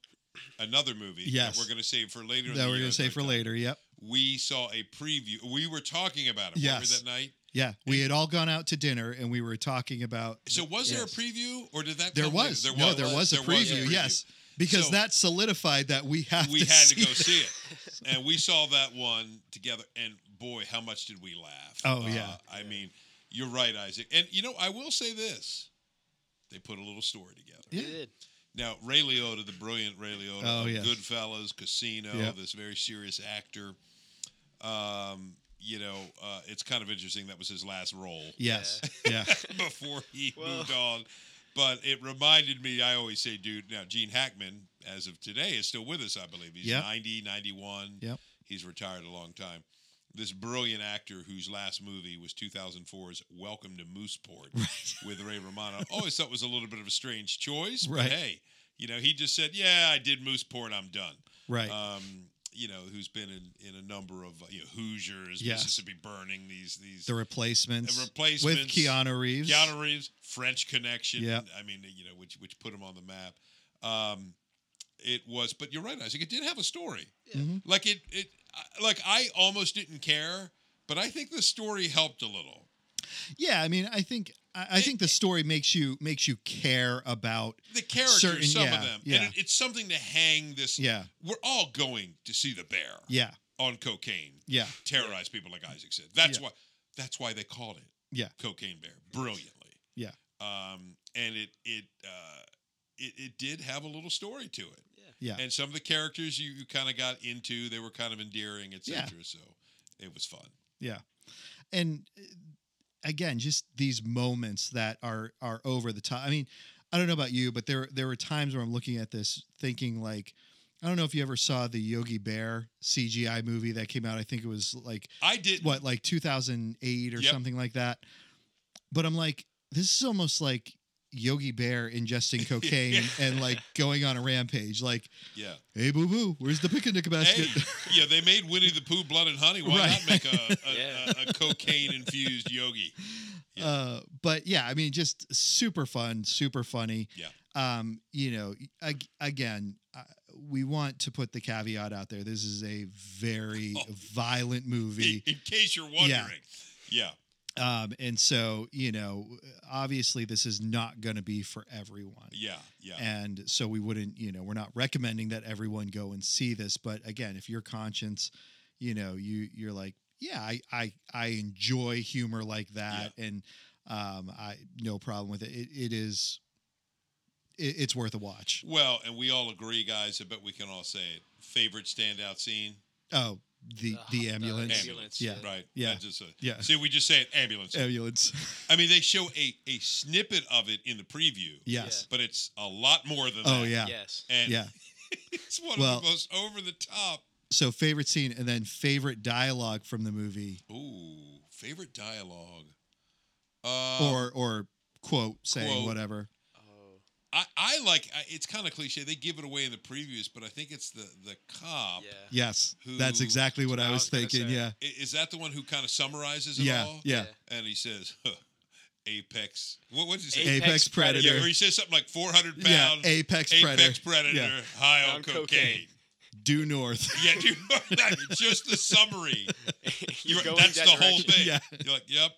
[SPEAKER 2] another movie
[SPEAKER 1] Yes.
[SPEAKER 2] that we're going to save for later, in
[SPEAKER 1] That
[SPEAKER 2] the
[SPEAKER 1] we're
[SPEAKER 2] year,
[SPEAKER 1] gonna
[SPEAKER 2] it's
[SPEAKER 1] say
[SPEAKER 2] like
[SPEAKER 1] for
[SPEAKER 2] that.
[SPEAKER 1] later. Yep.
[SPEAKER 2] we saw a preview. We were talking about it remember
[SPEAKER 1] Yes.
[SPEAKER 2] that night.
[SPEAKER 1] Yeah, we had all gone out to dinner and we were talking about.
[SPEAKER 2] So was there a
[SPEAKER 1] Yes.
[SPEAKER 2] preview, or did that?
[SPEAKER 1] There
[SPEAKER 2] come later?
[SPEAKER 1] was no, there was a preview. Yes, because
[SPEAKER 2] So-
[SPEAKER 1] that solidified that we have
[SPEAKER 2] we
[SPEAKER 1] to
[SPEAKER 2] had
[SPEAKER 1] see
[SPEAKER 2] to go
[SPEAKER 1] it.
[SPEAKER 2] see it, and we saw that one together. And boy, how much did we laugh? Uh,
[SPEAKER 1] Oh, yeah.
[SPEAKER 2] I mean, you're right, Isaac. And you know, I will say this: they put a little story together.
[SPEAKER 1] Yeah.
[SPEAKER 3] It did.
[SPEAKER 2] Now, Ray Liotta, the brilliant Ray Liotta,
[SPEAKER 1] Oh,
[SPEAKER 2] of
[SPEAKER 1] yes.
[SPEAKER 2] Goodfellas, Casino,
[SPEAKER 1] Yeah.
[SPEAKER 2] this very serious actor. Um, you know, uh, it's kind of interesting that was his last role.
[SPEAKER 1] Yes, yeah,
[SPEAKER 2] before he
[SPEAKER 3] Well-
[SPEAKER 2] moved on. But it reminded me, I always say, dude, now Gene Hackman, as of today, is still with us, I believe. He's
[SPEAKER 1] Yep.
[SPEAKER 2] 90, 91.
[SPEAKER 1] Yep.
[SPEAKER 2] He's retired a long time. This brilliant actor whose last movie was 2004's Welcome to Mooseport
[SPEAKER 1] right.
[SPEAKER 2] with Ray Romano. Always thought was a little bit of a strange choice, but
[SPEAKER 1] Right.
[SPEAKER 2] hey, you know, he just said, yeah, I did Mooseport, I'm done
[SPEAKER 1] right.
[SPEAKER 2] um, you know, who's been in, in a number of uh, you know, Hoosiers,
[SPEAKER 1] Yes.
[SPEAKER 2] Mississippi Burning, these these
[SPEAKER 1] the replacements,
[SPEAKER 2] replacements
[SPEAKER 1] with Keanu Reeves.
[SPEAKER 2] Keanu Reeves, French Connection.
[SPEAKER 1] Yeah.
[SPEAKER 2] I mean, you know, which which put him on the map. Um, it was, but you're right, Isaac. It did have a story.
[SPEAKER 1] Mhm.
[SPEAKER 2] Like it, it, I- like I almost didn't care, but I think the story helped a little.
[SPEAKER 1] Yeah, I mean, I think I, I think the story makes you makes you care about.
[SPEAKER 2] The characters,
[SPEAKER 1] Certain-
[SPEAKER 2] some
[SPEAKER 1] yeah,
[SPEAKER 2] of them,
[SPEAKER 1] yeah.
[SPEAKER 2] and it, it's something to hang this.
[SPEAKER 1] Yeah,
[SPEAKER 2] We're all going to see the bear
[SPEAKER 1] yeah,
[SPEAKER 2] on cocaine.
[SPEAKER 1] yeah,
[SPEAKER 2] terrorize people like Isaac said. That's
[SPEAKER 1] Yeah.
[SPEAKER 2] why that's why they called it
[SPEAKER 1] Yeah.
[SPEAKER 2] cocaine bear brilliantly.
[SPEAKER 1] Yeah.
[SPEAKER 2] Um and it it uh it, it did have a little story to it.
[SPEAKER 3] Yeah.
[SPEAKER 1] Yeah.
[SPEAKER 2] And some of the characters you, you kind of got into, they were kind of endearing,
[SPEAKER 1] Yeah.
[SPEAKER 2] etc. So it was fun.
[SPEAKER 1] and uh, again, just these moments that are are over the top. I mean, I don't know about you, but there there were times where I'm looking at this thinking like. I don't know if you ever saw the Yogi Bear CGI movie that came out. I think it was like
[SPEAKER 2] I did
[SPEAKER 1] what like 2008 or
[SPEAKER 2] Yep.
[SPEAKER 1] something like that but i'm like this is almost like yogi bear ingesting cocaine and like going on a rampage like
[SPEAKER 2] Yeah.
[SPEAKER 1] hey boo boo where's the picnic basket
[SPEAKER 2] Hey, yeah, they made Winnie the Pooh Blood and Honey. Why
[SPEAKER 1] Right.
[SPEAKER 2] not make a, a,
[SPEAKER 3] Yeah.
[SPEAKER 2] a, cocaine infused yogi? yeah.
[SPEAKER 1] uh but yeah i mean just super fun super funny
[SPEAKER 2] Yeah.
[SPEAKER 1] um you know ag- again uh, we want to put the caveat out there this is a very
[SPEAKER 2] Oh.
[SPEAKER 1] violent
[SPEAKER 2] In,
[SPEAKER 1] movie
[SPEAKER 2] in case you're wondering. Yeah.
[SPEAKER 1] Um, and so, you know, obviously this is not going to be for everyone.
[SPEAKER 2] Yeah. Yeah.
[SPEAKER 1] And so we wouldn't, you know, we're not recommending that everyone go and see this. But again, if your conscience, you know, you you're like, yeah, I I, I enjoy humor like that, and um, I no problem with it. It, it is, it, it's worth a watch.
[SPEAKER 2] Well, and we all agree, guys. I bet we can all say it. Favorite standout scene,
[SPEAKER 1] Oh, the the ambulance,
[SPEAKER 2] ambulance,
[SPEAKER 1] Yeah.
[SPEAKER 2] right?
[SPEAKER 1] Yeah.
[SPEAKER 2] That's just a-
[SPEAKER 1] Yeah.
[SPEAKER 2] See, we just say it, ambulance.
[SPEAKER 1] ambulance.
[SPEAKER 2] I mean, they show a a snippet of it in the preview.
[SPEAKER 1] yes.
[SPEAKER 2] But it's a lot more than that.
[SPEAKER 1] Oh yeah.
[SPEAKER 3] Yes.
[SPEAKER 2] And
[SPEAKER 1] Yeah.
[SPEAKER 2] it's one
[SPEAKER 1] Well-
[SPEAKER 2] of the most over the top.
[SPEAKER 1] So favorite scene, and then favorite dialogue from the movie.
[SPEAKER 2] Ooh, favorite dialogue. Uh,
[SPEAKER 1] or or Oh. quote saying
[SPEAKER 2] quote.
[SPEAKER 1] whatever.
[SPEAKER 3] Oh.
[SPEAKER 2] I, I like I, it's kind of cliche. They give it away in the previews, but I think it's the the cop.
[SPEAKER 3] Yeah.
[SPEAKER 1] Yes,
[SPEAKER 2] Who-
[SPEAKER 1] that's exactly what I
[SPEAKER 3] I
[SPEAKER 1] was
[SPEAKER 3] was gonna
[SPEAKER 1] thinking.
[SPEAKER 3] say.
[SPEAKER 1] Yeah,
[SPEAKER 2] I- Is that the one who kind of summarizes it
[SPEAKER 1] yeah,
[SPEAKER 2] all?
[SPEAKER 1] yeah,
[SPEAKER 2] And he says, huh, "Apex." What what did he
[SPEAKER 1] Apex
[SPEAKER 2] say?
[SPEAKER 3] Apex
[SPEAKER 1] Predator.
[SPEAKER 2] yeah,
[SPEAKER 3] Predator.
[SPEAKER 2] or he says something like 400 pounds.
[SPEAKER 1] yeah. Apex,
[SPEAKER 2] Apex
[SPEAKER 1] Predator,
[SPEAKER 2] predator,
[SPEAKER 1] Yeah.
[SPEAKER 2] high on
[SPEAKER 3] On
[SPEAKER 2] cocaine.
[SPEAKER 3] cocaine.
[SPEAKER 1] due north.
[SPEAKER 2] Yeah, dude, I mean, just the summary.
[SPEAKER 3] You're
[SPEAKER 2] You're-
[SPEAKER 3] going
[SPEAKER 2] that's
[SPEAKER 3] that
[SPEAKER 2] the whole
[SPEAKER 3] direction.
[SPEAKER 2] thing.
[SPEAKER 1] Yeah.
[SPEAKER 2] You're like, yep.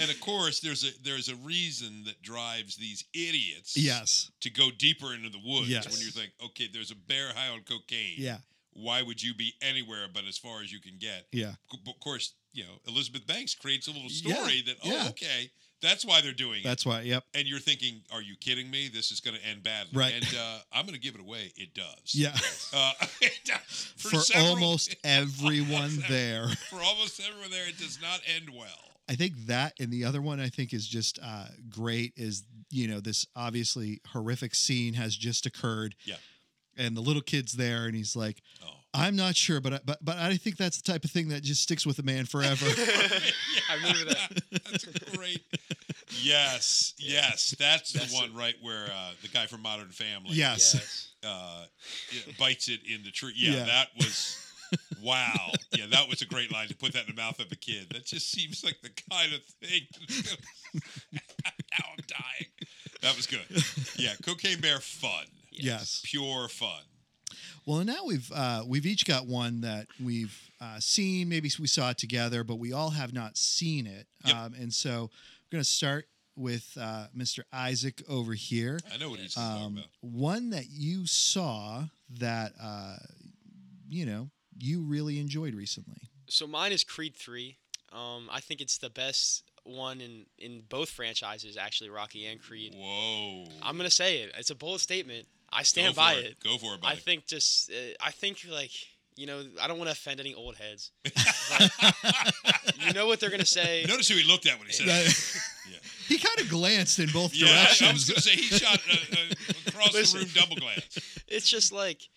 [SPEAKER 2] And of course, there's a there's a reason that drives these idiots
[SPEAKER 1] yes,
[SPEAKER 2] to go deeper into the woods
[SPEAKER 1] Yes.
[SPEAKER 2] when you think, okay, there's a bear high on cocaine.
[SPEAKER 1] yeah,
[SPEAKER 2] Why would you be anywhere but as far as you can get?
[SPEAKER 1] yeah,
[SPEAKER 2] C- Of course, you know, Elizabeth Banks creates a little
[SPEAKER 1] Yeah,
[SPEAKER 2] story that, oh,
[SPEAKER 1] yeah.
[SPEAKER 2] okay, that's why they're doing it.
[SPEAKER 1] that's why. Yep,
[SPEAKER 2] And you're thinking, are you kidding me? This is going to end badly.
[SPEAKER 1] Right.
[SPEAKER 2] And uh, I'm going to give it away. It does.
[SPEAKER 1] yeah.
[SPEAKER 2] Uh, it does.
[SPEAKER 1] For,
[SPEAKER 2] several-
[SPEAKER 1] almost everyone there,
[SPEAKER 2] for almost everyone there, it does not end well.
[SPEAKER 1] I think that and the other one I think is just uh, great is you know this obviously horrific scene has just occurred.
[SPEAKER 2] Yeah.
[SPEAKER 1] and the little kid's there, and he's like,
[SPEAKER 2] Oh.
[SPEAKER 1] "I'm not sure, but I, but but I think that's the type of thing that just sticks with a man forever."
[SPEAKER 3] I remember that.
[SPEAKER 2] That's a great. Yes, yes, that's,
[SPEAKER 3] That's
[SPEAKER 2] the one
[SPEAKER 3] it.
[SPEAKER 2] right where uh, the guy from Modern Family
[SPEAKER 1] yes.
[SPEAKER 3] Yes.
[SPEAKER 2] uh, it bites it in the tree. Yeah,
[SPEAKER 1] Yeah.
[SPEAKER 2] that was. Wow. Yeah, that was a great line to put that in the mouth of a kid. That just seems like the kind of thing. that's gonna- now I'm dying. That was good. Yeah, Cocaine Bear, fun.
[SPEAKER 1] Yes.
[SPEAKER 2] Pure fun.
[SPEAKER 1] Well, now we've uh, we've each got one that we've uh, seen. Maybe we saw it together, but we all have not seen it.
[SPEAKER 2] Yep.
[SPEAKER 1] Um, and so we're going to start with uh, Mr. Isaac over here.
[SPEAKER 2] I know what he's talking
[SPEAKER 1] Um,
[SPEAKER 2] about.
[SPEAKER 1] one that you saw that uh, you know you really enjoyed recently.
[SPEAKER 3] So mine is Creed three. Um, I think it's the best one in in both franchises, actually, Rocky and Creed.
[SPEAKER 2] Whoa.
[SPEAKER 3] I'm gonna say it. It's a bold statement. I
[SPEAKER 2] Go
[SPEAKER 3] stand
[SPEAKER 2] for
[SPEAKER 3] by
[SPEAKER 2] it.
[SPEAKER 3] it.
[SPEAKER 2] Go for it, buddy.
[SPEAKER 3] I think just uh, I think like you know I don't want to offend any old heads. You know what they're gonna say.
[SPEAKER 2] Notice who he looked at when he said that. Yeah.
[SPEAKER 1] he kind of glanced in both
[SPEAKER 2] Yeah, I- I was
[SPEAKER 1] directions.
[SPEAKER 2] going to say he shot uh, uh, across
[SPEAKER 3] Listen.
[SPEAKER 2] the room double glance.
[SPEAKER 3] It's just like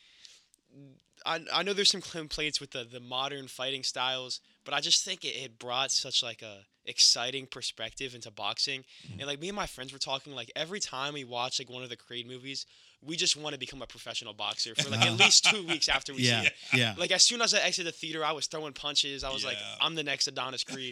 [SPEAKER 3] I, I know there's some complaints with the the modern fighting styles, but I just think it, it brought such like a exciting perspective into boxing.
[SPEAKER 2] Mm-hmm.
[SPEAKER 3] And like me and my friends were talking like every time we watch like one of the Creed movies, we just want to become a professional boxer for like at least two weeks after we
[SPEAKER 1] yeah,
[SPEAKER 3] see it.
[SPEAKER 1] yeah,
[SPEAKER 3] Like as soon as I exited the theater, I was throwing punches. I was like,
[SPEAKER 2] Yeah.
[SPEAKER 3] I'm the next Adonis Creed.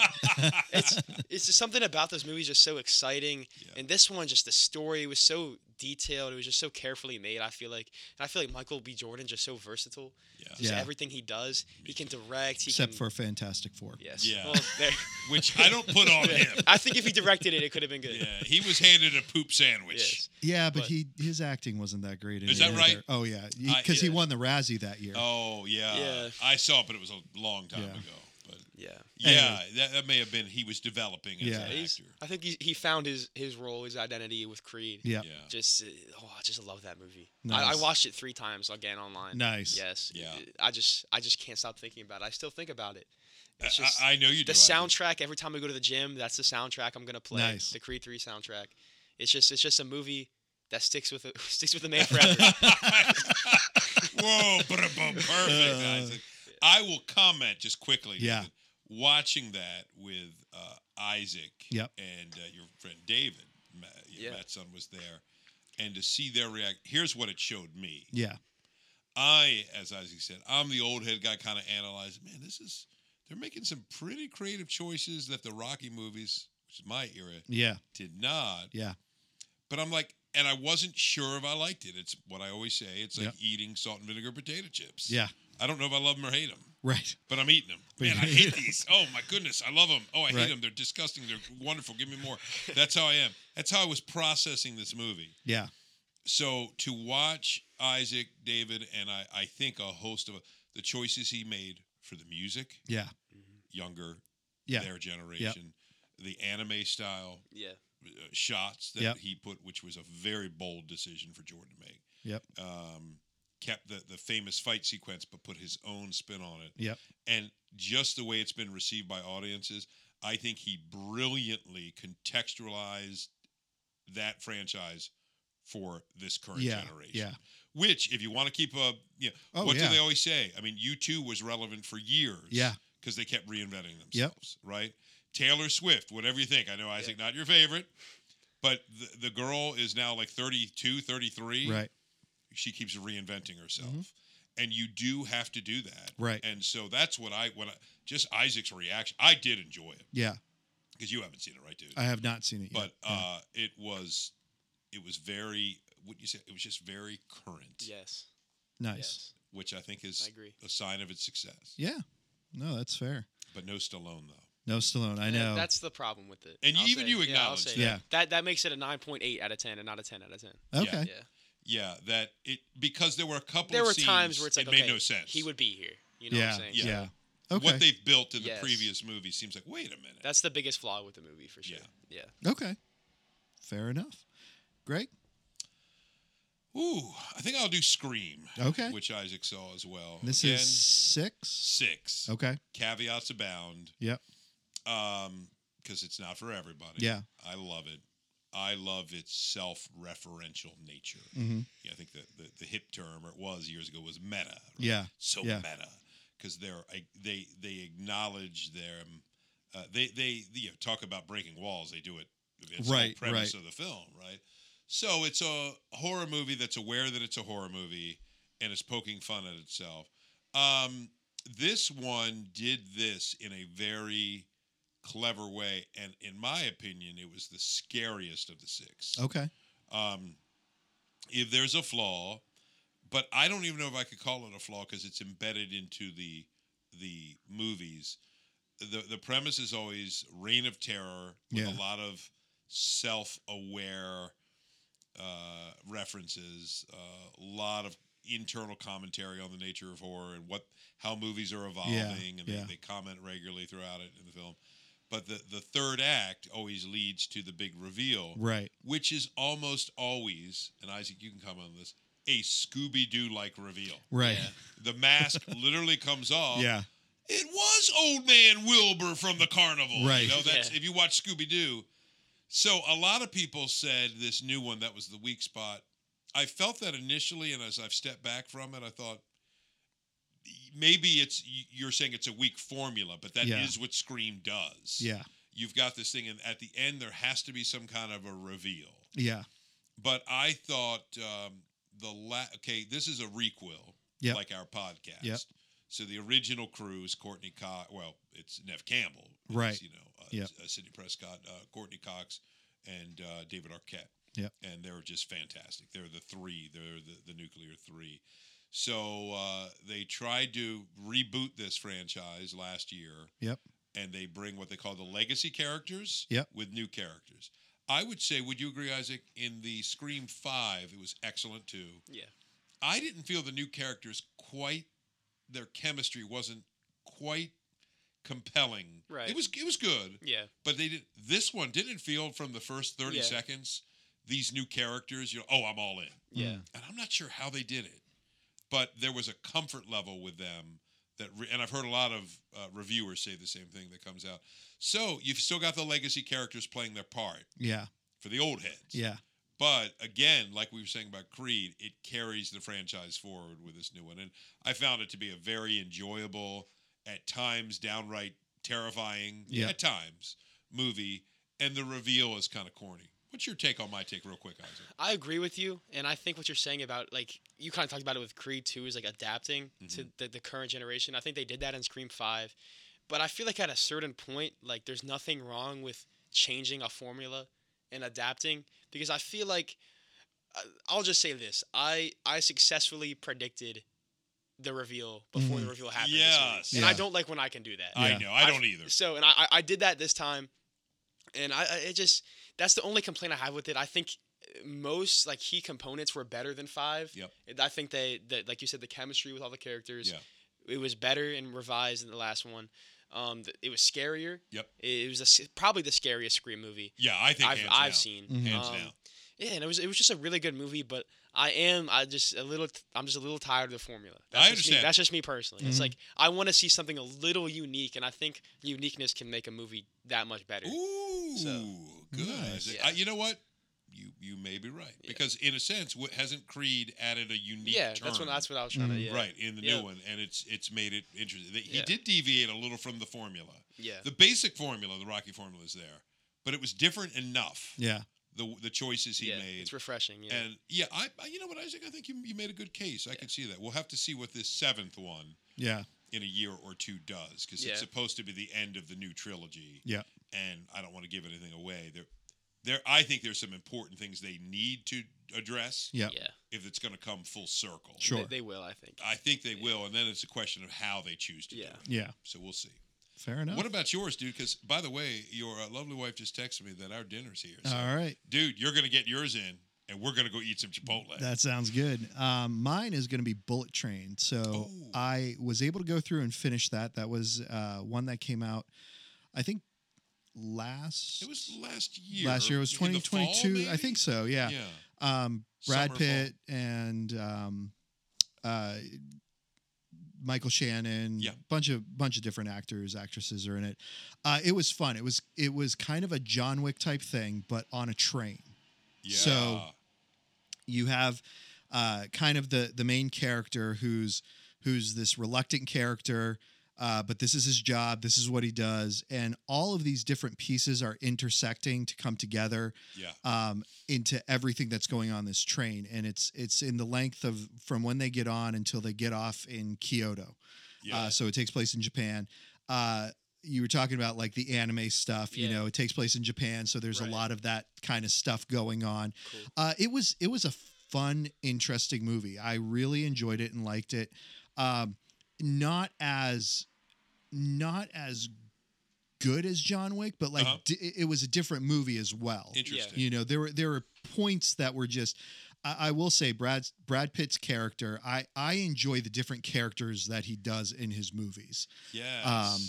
[SPEAKER 3] it's it's just something about this movie is just so exciting,
[SPEAKER 2] Yeah.
[SPEAKER 3] and this one just the story was so detailed. It was just so carefully made. I feel like, and I feel like Michael B. Jordan just so versatile.
[SPEAKER 2] Yeah.
[SPEAKER 3] Just
[SPEAKER 1] Yeah.
[SPEAKER 3] everything he does, he can direct. He
[SPEAKER 1] except
[SPEAKER 3] can,
[SPEAKER 1] for Fantastic Four.
[SPEAKER 3] yes.
[SPEAKER 2] Yeah.
[SPEAKER 3] Well, there,
[SPEAKER 2] Which I don't put on him.
[SPEAKER 3] I think if he directed it, it could have been good.
[SPEAKER 2] Yeah, he was handed a poop
[SPEAKER 3] Yes.
[SPEAKER 2] sandwich.
[SPEAKER 1] Yeah, but,
[SPEAKER 3] But-
[SPEAKER 1] he his acting wasn't that great. in
[SPEAKER 2] Is
[SPEAKER 1] it
[SPEAKER 2] that right?
[SPEAKER 1] either. Oh yeah, because he,
[SPEAKER 2] I-
[SPEAKER 1] 'cause he
[SPEAKER 3] yeah.
[SPEAKER 1] won the Razzie that year.
[SPEAKER 2] Oh yeah.
[SPEAKER 3] Yeah.
[SPEAKER 2] I saw, it, but it was a long time
[SPEAKER 1] Yeah.
[SPEAKER 2] ago. But
[SPEAKER 3] Yeah.
[SPEAKER 2] yeah, that, that may have been he was developing as
[SPEAKER 1] Yeah.
[SPEAKER 2] an
[SPEAKER 3] He's,
[SPEAKER 2] actor.
[SPEAKER 3] I think he, he found his his role, his identity with Creed.
[SPEAKER 1] Yeah.
[SPEAKER 2] Yeah.
[SPEAKER 3] Just uh, oh, I just love that movie. I, I
[SPEAKER 1] Nice.
[SPEAKER 3] watched it three times again online.
[SPEAKER 1] Nice.
[SPEAKER 3] Yes.
[SPEAKER 2] Yeah.
[SPEAKER 3] I just I just can't stop thinking about it. I still think about it. It's
[SPEAKER 2] I-
[SPEAKER 3] just
[SPEAKER 2] I, I know you do.
[SPEAKER 3] the
[SPEAKER 2] I do.
[SPEAKER 3] soundtrack every time we go to the gym. That's the soundtrack I'm gonna play.
[SPEAKER 1] Nice.
[SPEAKER 3] The Creed Three soundtrack. It's just it's just a movie that sticks with a, sticks with the man forever.
[SPEAKER 2] Whoa, ba-da-bum,
[SPEAKER 1] Uh,
[SPEAKER 2] perfect, Isaac. I will comment just quickly.
[SPEAKER 1] Yeah.
[SPEAKER 2] Nathan. Watching that with uh, Isaac
[SPEAKER 1] Yep.
[SPEAKER 2] and uh, your friend David, Ma- yeah.
[SPEAKER 3] Yeah.
[SPEAKER 2] Matt's son was there, and to see their react. Here's what it showed me.
[SPEAKER 1] Yeah,
[SPEAKER 2] I, as Isaac said, I'm the old head guy. Kind of analyzing. Man, this is they're making some pretty creative choices that the Rocky movies, which is my era,
[SPEAKER 1] yeah,
[SPEAKER 2] did not.
[SPEAKER 1] Yeah.
[SPEAKER 2] But I'm like, and I wasn't sure if I liked it. It's what I always say. It's like
[SPEAKER 1] Yep.
[SPEAKER 2] eating salt and vinegar potato chips.
[SPEAKER 1] Yeah.
[SPEAKER 2] I don't know if I love them or hate them,
[SPEAKER 1] Right.
[SPEAKER 2] but I'm eating them.
[SPEAKER 1] But
[SPEAKER 2] Man, I
[SPEAKER 1] you-
[SPEAKER 2] hate these. Oh my goodness, I love them. Oh, I hate
[SPEAKER 1] Right.
[SPEAKER 2] them. They're disgusting. They're wonderful. Give me more. That's how I am. That's how I was processing this movie.
[SPEAKER 1] Yeah.
[SPEAKER 2] So to watch Isaac, David, and I, I think a host of the choices he made for the music,
[SPEAKER 1] Yeah.
[SPEAKER 2] Mm-hmm. younger,
[SPEAKER 1] Yeah.
[SPEAKER 2] their generation, the anime style,
[SPEAKER 3] Yeah.
[SPEAKER 2] uh, shots that
[SPEAKER 1] Yep.
[SPEAKER 2] he put, which was a very bold decision for Jordan to make.
[SPEAKER 1] Yep.
[SPEAKER 2] Um, kept the, the famous fight sequence, but put his own spin on it.
[SPEAKER 1] Yep.
[SPEAKER 2] And just the way it's been received by audiences, I think he brilliantly contextualized that franchise for this current
[SPEAKER 1] Yeah.
[SPEAKER 2] generation.
[SPEAKER 1] Yeah.
[SPEAKER 2] Which, if you want to keep a, you know,
[SPEAKER 1] Oh
[SPEAKER 2] what
[SPEAKER 1] yeah.
[SPEAKER 2] do they always say? I mean, U2 was relevant for years
[SPEAKER 1] yeah.
[SPEAKER 2] because they kept reinventing
[SPEAKER 1] Yep.
[SPEAKER 2] themselves, right? Taylor Swift, whatever you think. I know Isaac, not your favorite, but the, the girl is now like 32, 33.
[SPEAKER 1] Right. Mm-hmm.
[SPEAKER 2] She keeps reinventing herself. And you do have to do that.
[SPEAKER 1] Right.
[SPEAKER 2] And so that's what I, when I, just Isaac's reaction, I did enjoy it
[SPEAKER 1] Yeah.
[SPEAKER 2] because you haven't seen it, right, dude?
[SPEAKER 1] I have not seen it yet.
[SPEAKER 2] but uh, it was, it was very, what you say? It was just very current,
[SPEAKER 3] Yes.
[SPEAKER 1] nice.
[SPEAKER 3] Yes.
[SPEAKER 2] which I think
[SPEAKER 3] I
[SPEAKER 2] is
[SPEAKER 3] agree.
[SPEAKER 2] a sign of its success.
[SPEAKER 1] Yeah. No, that's fair.
[SPEAKER 2] But no Stallone, though.
[SPEAKER 1] No, Stallone. I
[SPEAKER 3] Yeah,
[SPEAKER 1] know.
[SPEAKER 3] That's the problem with it.
[SPEAKER 2] And even you
[SPEAKER 3] yeah, I'll
[SPEAKER 2] acknowledged
[SPEAKER 3] say
[SPEAKER 1] that. Yeah.
[SPEAKER 3] That that makes it a 9.8 out of 10 and not a 10 out of 10.
[SPEAKER 1] okay.
[SPEAKER 3] Yeah.
[SPEAKER 2] Yeah, that it because there were a couple.
[SPEAKER 3] There
[SPEAKER 2] of
[SPEAKER 3] were times
[SPEAKER 2] scenes
[SPEAKER 3] where it's like
[SPEAKER 2] it
[SPEAKER 3] okay,
[SPEAKER 2] made no sense.
[SPEAKER 3] he would be here. You know
[SPEAKER 1] yeah.
[SPEAKER 3] what I'm saying?
[SPEAKER 1] yeah.
[SPEAKER 2] Yeah.
[SPEAKER 1] Okay.
[SPEAKER 2] What they've built in
[SPEAKER 3] Yes.
[SPEAKER 2] the previous movie seems like wait a minute.
[SPEAKER 3] That's the biggest flaw with the movie for sure. Yeah.
[SPEAKER 1] okay. Fair enough. Greg.
[SPEAKER 2] Ooh, I think I'll do Scream.
[SPEAKER 1] Okay.
[SPEAKER 2] which Isaac saw as well.
[SPEAKER 1] This
[SPEAKER 2] Again,
[SPEAKER 1] is Oh. six.
[SPEAKER 2] six.
[SPEAKER 1] Okay.
[SPEAKER 2] Caveats abound.
[SPEAKER 1] Yep.
[SPEAKER 2] Um, because it's not for everybody.
[SPEAKER 1] Yeah.
[SPEAKER 2] I love it. I love its self-referential nature.
[SPEAKER 1] hmm
[SPEAKER 2] Yeah, I think the, the the hip term, or it was years ago, was meta. right?
[SPEAKER 1] Yeah.
[SPEAKER 2] so
[SPEAKER 1] Yeah.
[SPEAKER 2] meta because they're I- they they acknowledge their um, uh, they they you know, talk about breaking walls. They do it. It's the whole
[SPEAKER 1] Right,
[SPEAKER 2] premise
[SPEAKER 1] right.
[SPEAKER 2] of the film, right? So it's a horror movie that's aware that it's a horror movie and it's poking fun at itself. Um, this one did this in a very clever way, and in my opinion, it was the scariest of the six
[SPEAKER 1] Okay.
[SPEAKER 2] um, if there's a flaw, but I don't even know if I could call it a flaw because it's embedded into the the movies. the The premise is always Reign of Terror with
[SPEAKER 1] Yeah.
[SPEAKER 2] a lot of self aware uh, references, a lot of internal commentary on the nature of horror and what how movies are evolving, and they,
[SPEAKER 1] yeah.
[SPEAKER 2] they comment regularly throughout it in the film. But the, the third act always leads to the big reveal
[SPEAKER 1] Right.
[SPEAKER 2] which is almost always, and Isaac, you can comment on this, a Scooby Doo like reveal.
[SPEAKER 1] Right.
[SPEAKER 2] The mask literally comes off.
[SPEAKER 1] Yeah.
[SPEAKER 2] It was old man Wilbur from the carnival.
[SPEAKER 1] Right.
[SPEAKER 2] You know, that's
[SPEAKER 3] Yeah.
[SPEAKER 2] if you watch Scooby Doo. So a lot of people said this new one that was the weak spot. I felt that initially, and as I've stepped back from it, I thought maybe it's you're saying it's a weak formula, but that is
[SPEAKER 1] Yeah.
[SPEAKER 2] what Scream does.
[SPEAKER 1] Yeah.
[SPEAKER 2] You've got this thing, and at the end there has to be some kind of a reveal
[SPEAKER 1] Yeah.
[SPEAKER 2] but I thought um, the la- okay, this is a requel,
[SPEAKER 1] Yep.
[SPEAKER 2] like our podcast.
[SPEAKER 1] Yep.
[SPEAKER 2] So the original crew is Courtney Cox. Well, it's Nev Campbell, who's,
[SPEAKER 1] Right.
[SPEAKER 2] You know, uh,
[SPEAKER 1] Yep.
[SPEAKER 2] uh, Sidney Prescott, uh, Courtney Cox, and uh, David Arquette.
[SPEAKER 1] Yep.
[SPEAKER 2] And they're just fantastic. They're the three. They're the, the nuclear three. So uh, they tried to reboot this franchise last year
[SPEAKER 1] Yep.
[SPEAKER 2] and they bring what they call the legacy characters
[SPEAKER 1] Yep.
[SPEAKER 2] with new characters. I would say, would you agree, Isaac? In the Scream Five, it was excellent too.
[SPEAKER 3] Yeah.
[SPEAKER 2] I didn't feel the new characters quite; their chemistry wasn't quite compelling.
[SPEAKER 3] Right.
[SPEAKER 2] It was it was good,
[SPEAKER 3] Yeah.
[SPEAKER 2] but they did. This one didn't feel from the first thirty
[SPEAKER 3] Yeah.
[SPEAKER 2] seconds. These new characters, you know, oh, I'm all in
[SPEAKER 3] Yeah.
[SPEAKER 1] Mm.
[SPEAKER 2] and I'm not sure how they did it, but there was a comfort level with them that, re- and I've heard a lot of uh, reviewers say the same thing that comes out. So you've still got the legacy characters playing their part
[SPEAKER 1] Yeah.
[SPEAKER 2] for the old heads.
[SPEAKER 1] Yeah.
[SPEAKER 2] But again, like we were saying about Creed, it carries the franchise forward with this new one. And I found it to be a very enjoyable, at times downright terrifying,
[SPEAKER 1] Yeah.
[SPEAKER 2] at times movie. And the reveal is kind of corny. What's your take on my take, real quick, Isaac?
[SPEAKER 3] I agree with you, and I think what you're saying about like you kind of talked about it with Creed Two is like adapting
[SPEAKER 1] Mm-hmm.
[SPEAKER 3] to the, the current generation. I think they did that in Scream Five, but I feel like at a certain point, like there's nothing wrong with changing a formula and adapting because I feel like I- I'll just say this: I I successfully predicted the reveal before the
[SPEAKER 1] Mhm.
[SPEAKER 3] reveal happened.
[SPEAKER 2] Yes.
[SPEAKER 3] This week. And I
[SPEAKER 1] Yeah.
[SPEAKER 3] don't like when I can do that.
[SPEAKER 2] I
[SPEAKER 1] Yeah.
[SPEAKER 2] know. I
[SPEAKER 3] I-
[SPEAKER 2] don't either.
[SPEAKER 3] So, and I I- I did that this time, and I I- it just that's the only complaint I have with it. I think most like key components were better than five.
[SPEAKER 2] Yep.
[SPEAKER 3] And I think they that like you said the chemistry with all the characters.
[SPEAKER 2] Yeah.
[SPEAKER 3] It was better and revised than the last one. Um, th- it was scarier.
[SPEAKER 2] Yep.
[SPEAKER 3] It was the s probably the scariest Scream movie
[SPEAKER 2] Yeah, I think
[SPEAKER 3] I've,
[SPEAKER 2] hands
[SPEAKER 3] I've
[SPEAKER 2] down.
[SPEAKER 3] seen.
[SPEAKER 1] Mhm.
[SPEAKER 2] Hands
[SPEAKER 3] Um,
[SPEAKER 2] down.
[SPEAKER 3] Yeah, and it was it was just a really good movie, but I am I just a little t- I'm just a little tired of the formula. That's
[SPEAKER 2] I
[SPEAKER 3] just
[SPEAKER 2] understand.
[SPEAKER 3] Me, that's just me personally. It's
[SPEAKER 1] Mhm.
[SPEAKER 3] like I want to see something a little unique, and I think uniqueness can make a movie that much better.
[SPEAKER 2] Ooh, good.
[SPEAKER 1] Nice.
[SPEAKER 2] I-
[SPEAKER 3] Yeah.
[SPEAKER 2] I- you know what? You you may be right
[SPEAKER 3] Yeah.
[SPEAKER 2] because in a sense, what hasn't Creed added a unique?
[SPEAKER 3] yeah,
[SPEAKER 2] turn,
[SPEAKER 3] that's what that's what I was trying to.
[SPEAKER 1] Mhm.
[SPEAKER 3] Yeah,
[SPEAKER 2] right in the
[SPEAKER 3] Yeah.
[SPEAKER 2] new one, and it's it's made it interesting. He
[SPEAKER 3] Yeah.
[SPEAKER 2] did deviate a little from the formula.
[SPEAKER 3] Yeah.
[SPEAKER 2] The basic formula, the Rocky formula, is there, but it was different enough.
[SPEAKER 1] Yeah.
[SPEAKER 2] The the choices he
[SPEAKER 3] yeah,
[SPEAKER 2] made.
[SPEAKER 3] It's refreshing. Yeah.
[SPEAKER 2] And yeah, I, I you know what Isaac, I think you, you made a good case. I could see that. We'll have to see what this seventh one
[SPEAKER 1] Yeah.
[SPEAKER 2] in a year or two does because
[SPEAKER 3] Yeah.
[SPEAKER 2] it's supposed to be the end of the new trilogy.
[SPEAKER 1] Yeah.
[SPEAKER 2] and I don't want to give anything away. There, there, I think there's some important things they need to address
[SPEAKER 1] Yeah.
[SPEAKER 3] yeah.
[SPEAKER 2] if it's going to come full circle.
[SPEAKER 1] Sure.
[SPEAKER 3] They, they will, I think.
[SPEAKER 2] I think they will, and then it's a question of how they choose to do
[SPEAKER 3] Yeah.
[SPEAKER 2] it.
[SPEAKER 1] Yeah.
[SPEAKER 2] So we'll see.
[SPEAKER 1] Fair enough.
[SPEAKER 2] What about yours, dude? Because by the way, your uh, lovely wife just texted me that our dinner's here. So,
[SPEAKER 1] All right.
[SPEAKER 2] dude, you're going to get yours in, and we're going to go eat some Chipotle.
[SPEAKER 1] That sounds good. Um, mine is going to be Bullet Train. So
[SPEAKER 2] Oh.
[SPEAKER 1] I was able to go through and finish that. That was uh, one that came out, I think, last
[SPEAKER 2] it was last year.
[SPEAKER 1] last year. It was
[SPEAKER 2] in the fall,
[SPEAKER 1] 2022. I
[SPEAKER 2] maybe?
[SPEAKER 1] think so. Yeah.
[SPEAKER 2] Yeah.
[SPEAKER 1] Um, Brad
[SPEAKER 2] Summer, fall.
[SPEAKER 1] Pitt and um, uh, Michael Shannon.
[SPEAKER 2] Yeah.
[SPEAKER 1] bunch of bunch of different actors, actresses are in it. Uh, it was fun. It was it was kind of a John Wick type thing, but on a train.
[SPEAKER 2] Yeah.
[SPEAKER 1] So- you have uh, kind of the the main character who's who's this reluctant character uh, but this is his job this is what he does and all of these different pieces are intersecting to come together
[SPEAKER 2] yeah.
[SPEAKER 1] um, into everything that's going on this train and it's it's in the length of from when they get on until they get off in kyoto
[SPEAKER 2] Yeah.
[SPEAKER 1] uh, so it takes place in Japan. Uh, you were talking about like the anime stuff. You
[SPEAKER 3] Yeah.
[SPEAKER 1] know, it takes place in Japan, so there's
[SPEAKER 3] Right.
[SPEAKER 1] a lot of that kind of stuff going on.
[SPEAKER 3] Cool.
[SPEAKER 1] Uh, it was it was a fun, interesting movie. I really enjoyed it and liked it. Um, not as not as good as John Wick, but like
[SPEAKER 2] Uh-huh.
[SPEAKER 1] di- it was a different movie as well.
[SPEAKER 2] Interesting.
[SPEAKER 1] You know, there were there were points that were just. I, I will say, Brad's Brad Pitt's character. I I enjoy the different characters that he does in his movies.
[SPEAKER 2] Yes.
[SPEAKER 1] Um,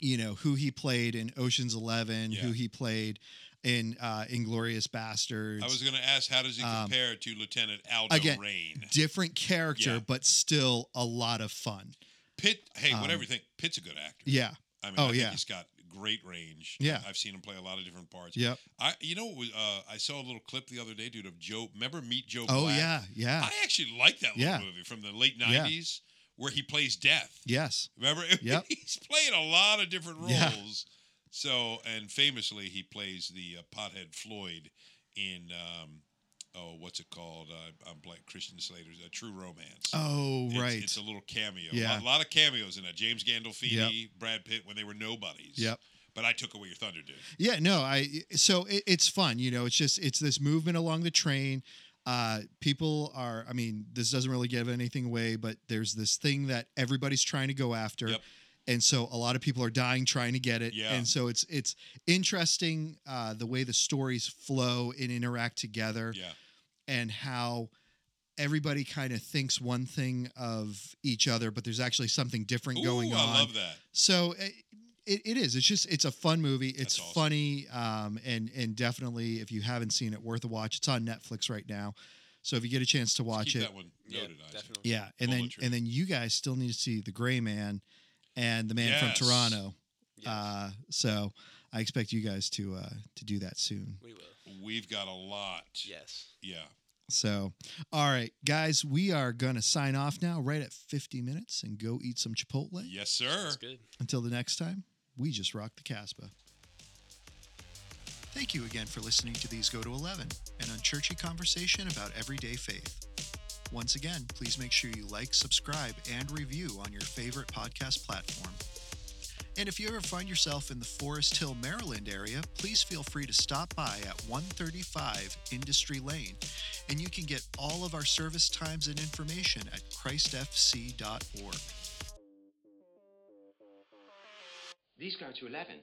[SPEAKER 1] You know who he played in Ocean's Eleven, who
[SPEAKER 2] Yeah.
[SPEAKER 1] he played in uh, Inglorious Bastards.
[SPEAKER 2] I was going to ask, how does he
[SPEAKER 1] um,
[SPEAKER 2] compare to Lieutenant Aldo
[SPEAKER 1] again,
[SPEAKER 2] Rain?
[SPEAKER 1] different character,
[SPEAKER 2] Yeah.
[SPEAKER 1] but still a lot of fun.
[SPEAKER 2] Pitt, hey,
[SPEAKER 1] um,
[SPEAKER 2] whatever you think, Pitt's a good actor.
[SPEAKER 1] Yeah.
[SPEAKER 2] I mean,
[SPEAKER 1] oh,
[SPEAKER 2] I think
[SPEAKER 1] yeah.
[SPEAKER 2] he's got great range.
[SPEAKER 1] Yeah.
[SPEAKER 2] I've seen him play a lot of different parts.
[SPEAKER 1] Yep.
[SPEAKER 2] I, you know, what was, uh, I saw a little clip the other day, dude, of Joe. Remember Meet Joe?
[SPEAKER 1] Oh
[SPEAKER 2] Black?
[SPEAKER 1] yeah. Yeah.
[SPEAKER 2] I actually like that little
[SPEAKER 1] Yeah.
[SPEAKER 2] movie from the late
[SPEAKER 1] Yeah.
[SPEAKER 2] '90s where he plays Death.
[SPEAKER 1] yes.
[SPEAKER 2] Remember?
[SPEAKER 1] Yep.
[SPEAKER 2] He's played a lot of different roles.
[SPEAKER 1] Yeah.
[SPEAKER 2] So, and famously, he plays the uh, pothead Floyd in, um, oh, what's it called? Uh, I'm blank. Christian Slater's A True Romance.
[SPEAKER 1] Oh
[SPEAKER 2] It's-
[SPEAKER 1] right.
[SPEAKER 2] It's, a little cameo. A,
[SPEAKER 1] Yeah.
[SPEAKER 2] lot, lot of cameos in that. James Gandolfini, Brad Pitt, when they were nobodies.
[SPEAKER 1] Yep.
[SPEAKER 2] But I took away your thunder, dude.
[SPEAKER 1] Yeah, no, I so it, it's fun, you know. It's just it's this movement along the train. Uh, people are, I mean, this doesn't really give anything away, but there's this thing that everybody's trying to go after,
[SPEAKER 2] Yep.
[SPEAKER 1] and so a lot of people are dying trying to get it.
[SPEAKER 2] Yeah.
[SPEAKER 1] And so it's it's interesting uh, the way the stories flow and interact together,
[SPEAKER 2] Yeah.
[SPEAKER 1] and how everybody kind of thinks one thing of each other, but there's actually something different
[SPEAKER 2] Ooh,
[SPEAKER 1] going on.
[SPEAKER 2] I love that.
[SPEAKER 1] So it, it, it is. It's just it's a fun movie. It's
[SPEAKER 2] That's awesome.
[SPEAKER 1] funny, um, and and definitely if you haven't seen it, worth a watch. It's on Netflix right now, so if you get a chance to watch
[SPEAKER 2] Keep
[SPEAKER 1] it,
[SPEAKER 2] that one
[SPEAKER 3] Yeah,
[SPEAKER 2] noted, Isaac.
[SPEAKER 3] definitely.
[SPEAKER 1] yeah. And
[SPEAKER 2] Bullet
[SPEAKER 1] then
[SPEAKER 2] Train.
[SPEAKER 1] and then you guys still need to see The Gray Man and The Man
[SPEAKER 2] Yes.
[SPEAKER 1] from Toronto.
[SPEAKER 3] Yeah.
[SPEAKER 1] Uh, so I expect you guys to uh, to do that soon.
[SPEAKER 3] we will.
[SPEAKER 2] We've got a lot.
[SPEAKER 3] Yes.
[SPEAKER 2] Yeah.
[SPEAKER 1] So all right, guys, we are gonna sign off now, right at fifty minutes, and go eat some Chipotle.
[SPEAKER 2] Yes, sir.
[SPEAKER 3] That's good.
[SPEAKER 1] Until the next time, we just rock the Casbah.
[SPEAKER 4] Thank you again for listening to These Go to 11, an unchurchy conversation about everyday faith. Once again, please make sure you like, subscribe, and review on your favorite podcast platform.
[SPEAKER 1] And if you ever find yourself in the Forest Hill, Maryland area, please feel free to stop by at 135 Industry Lane. And you can get all of our service times and information at christfc.org.
[SPEAKER 5] These go to 11.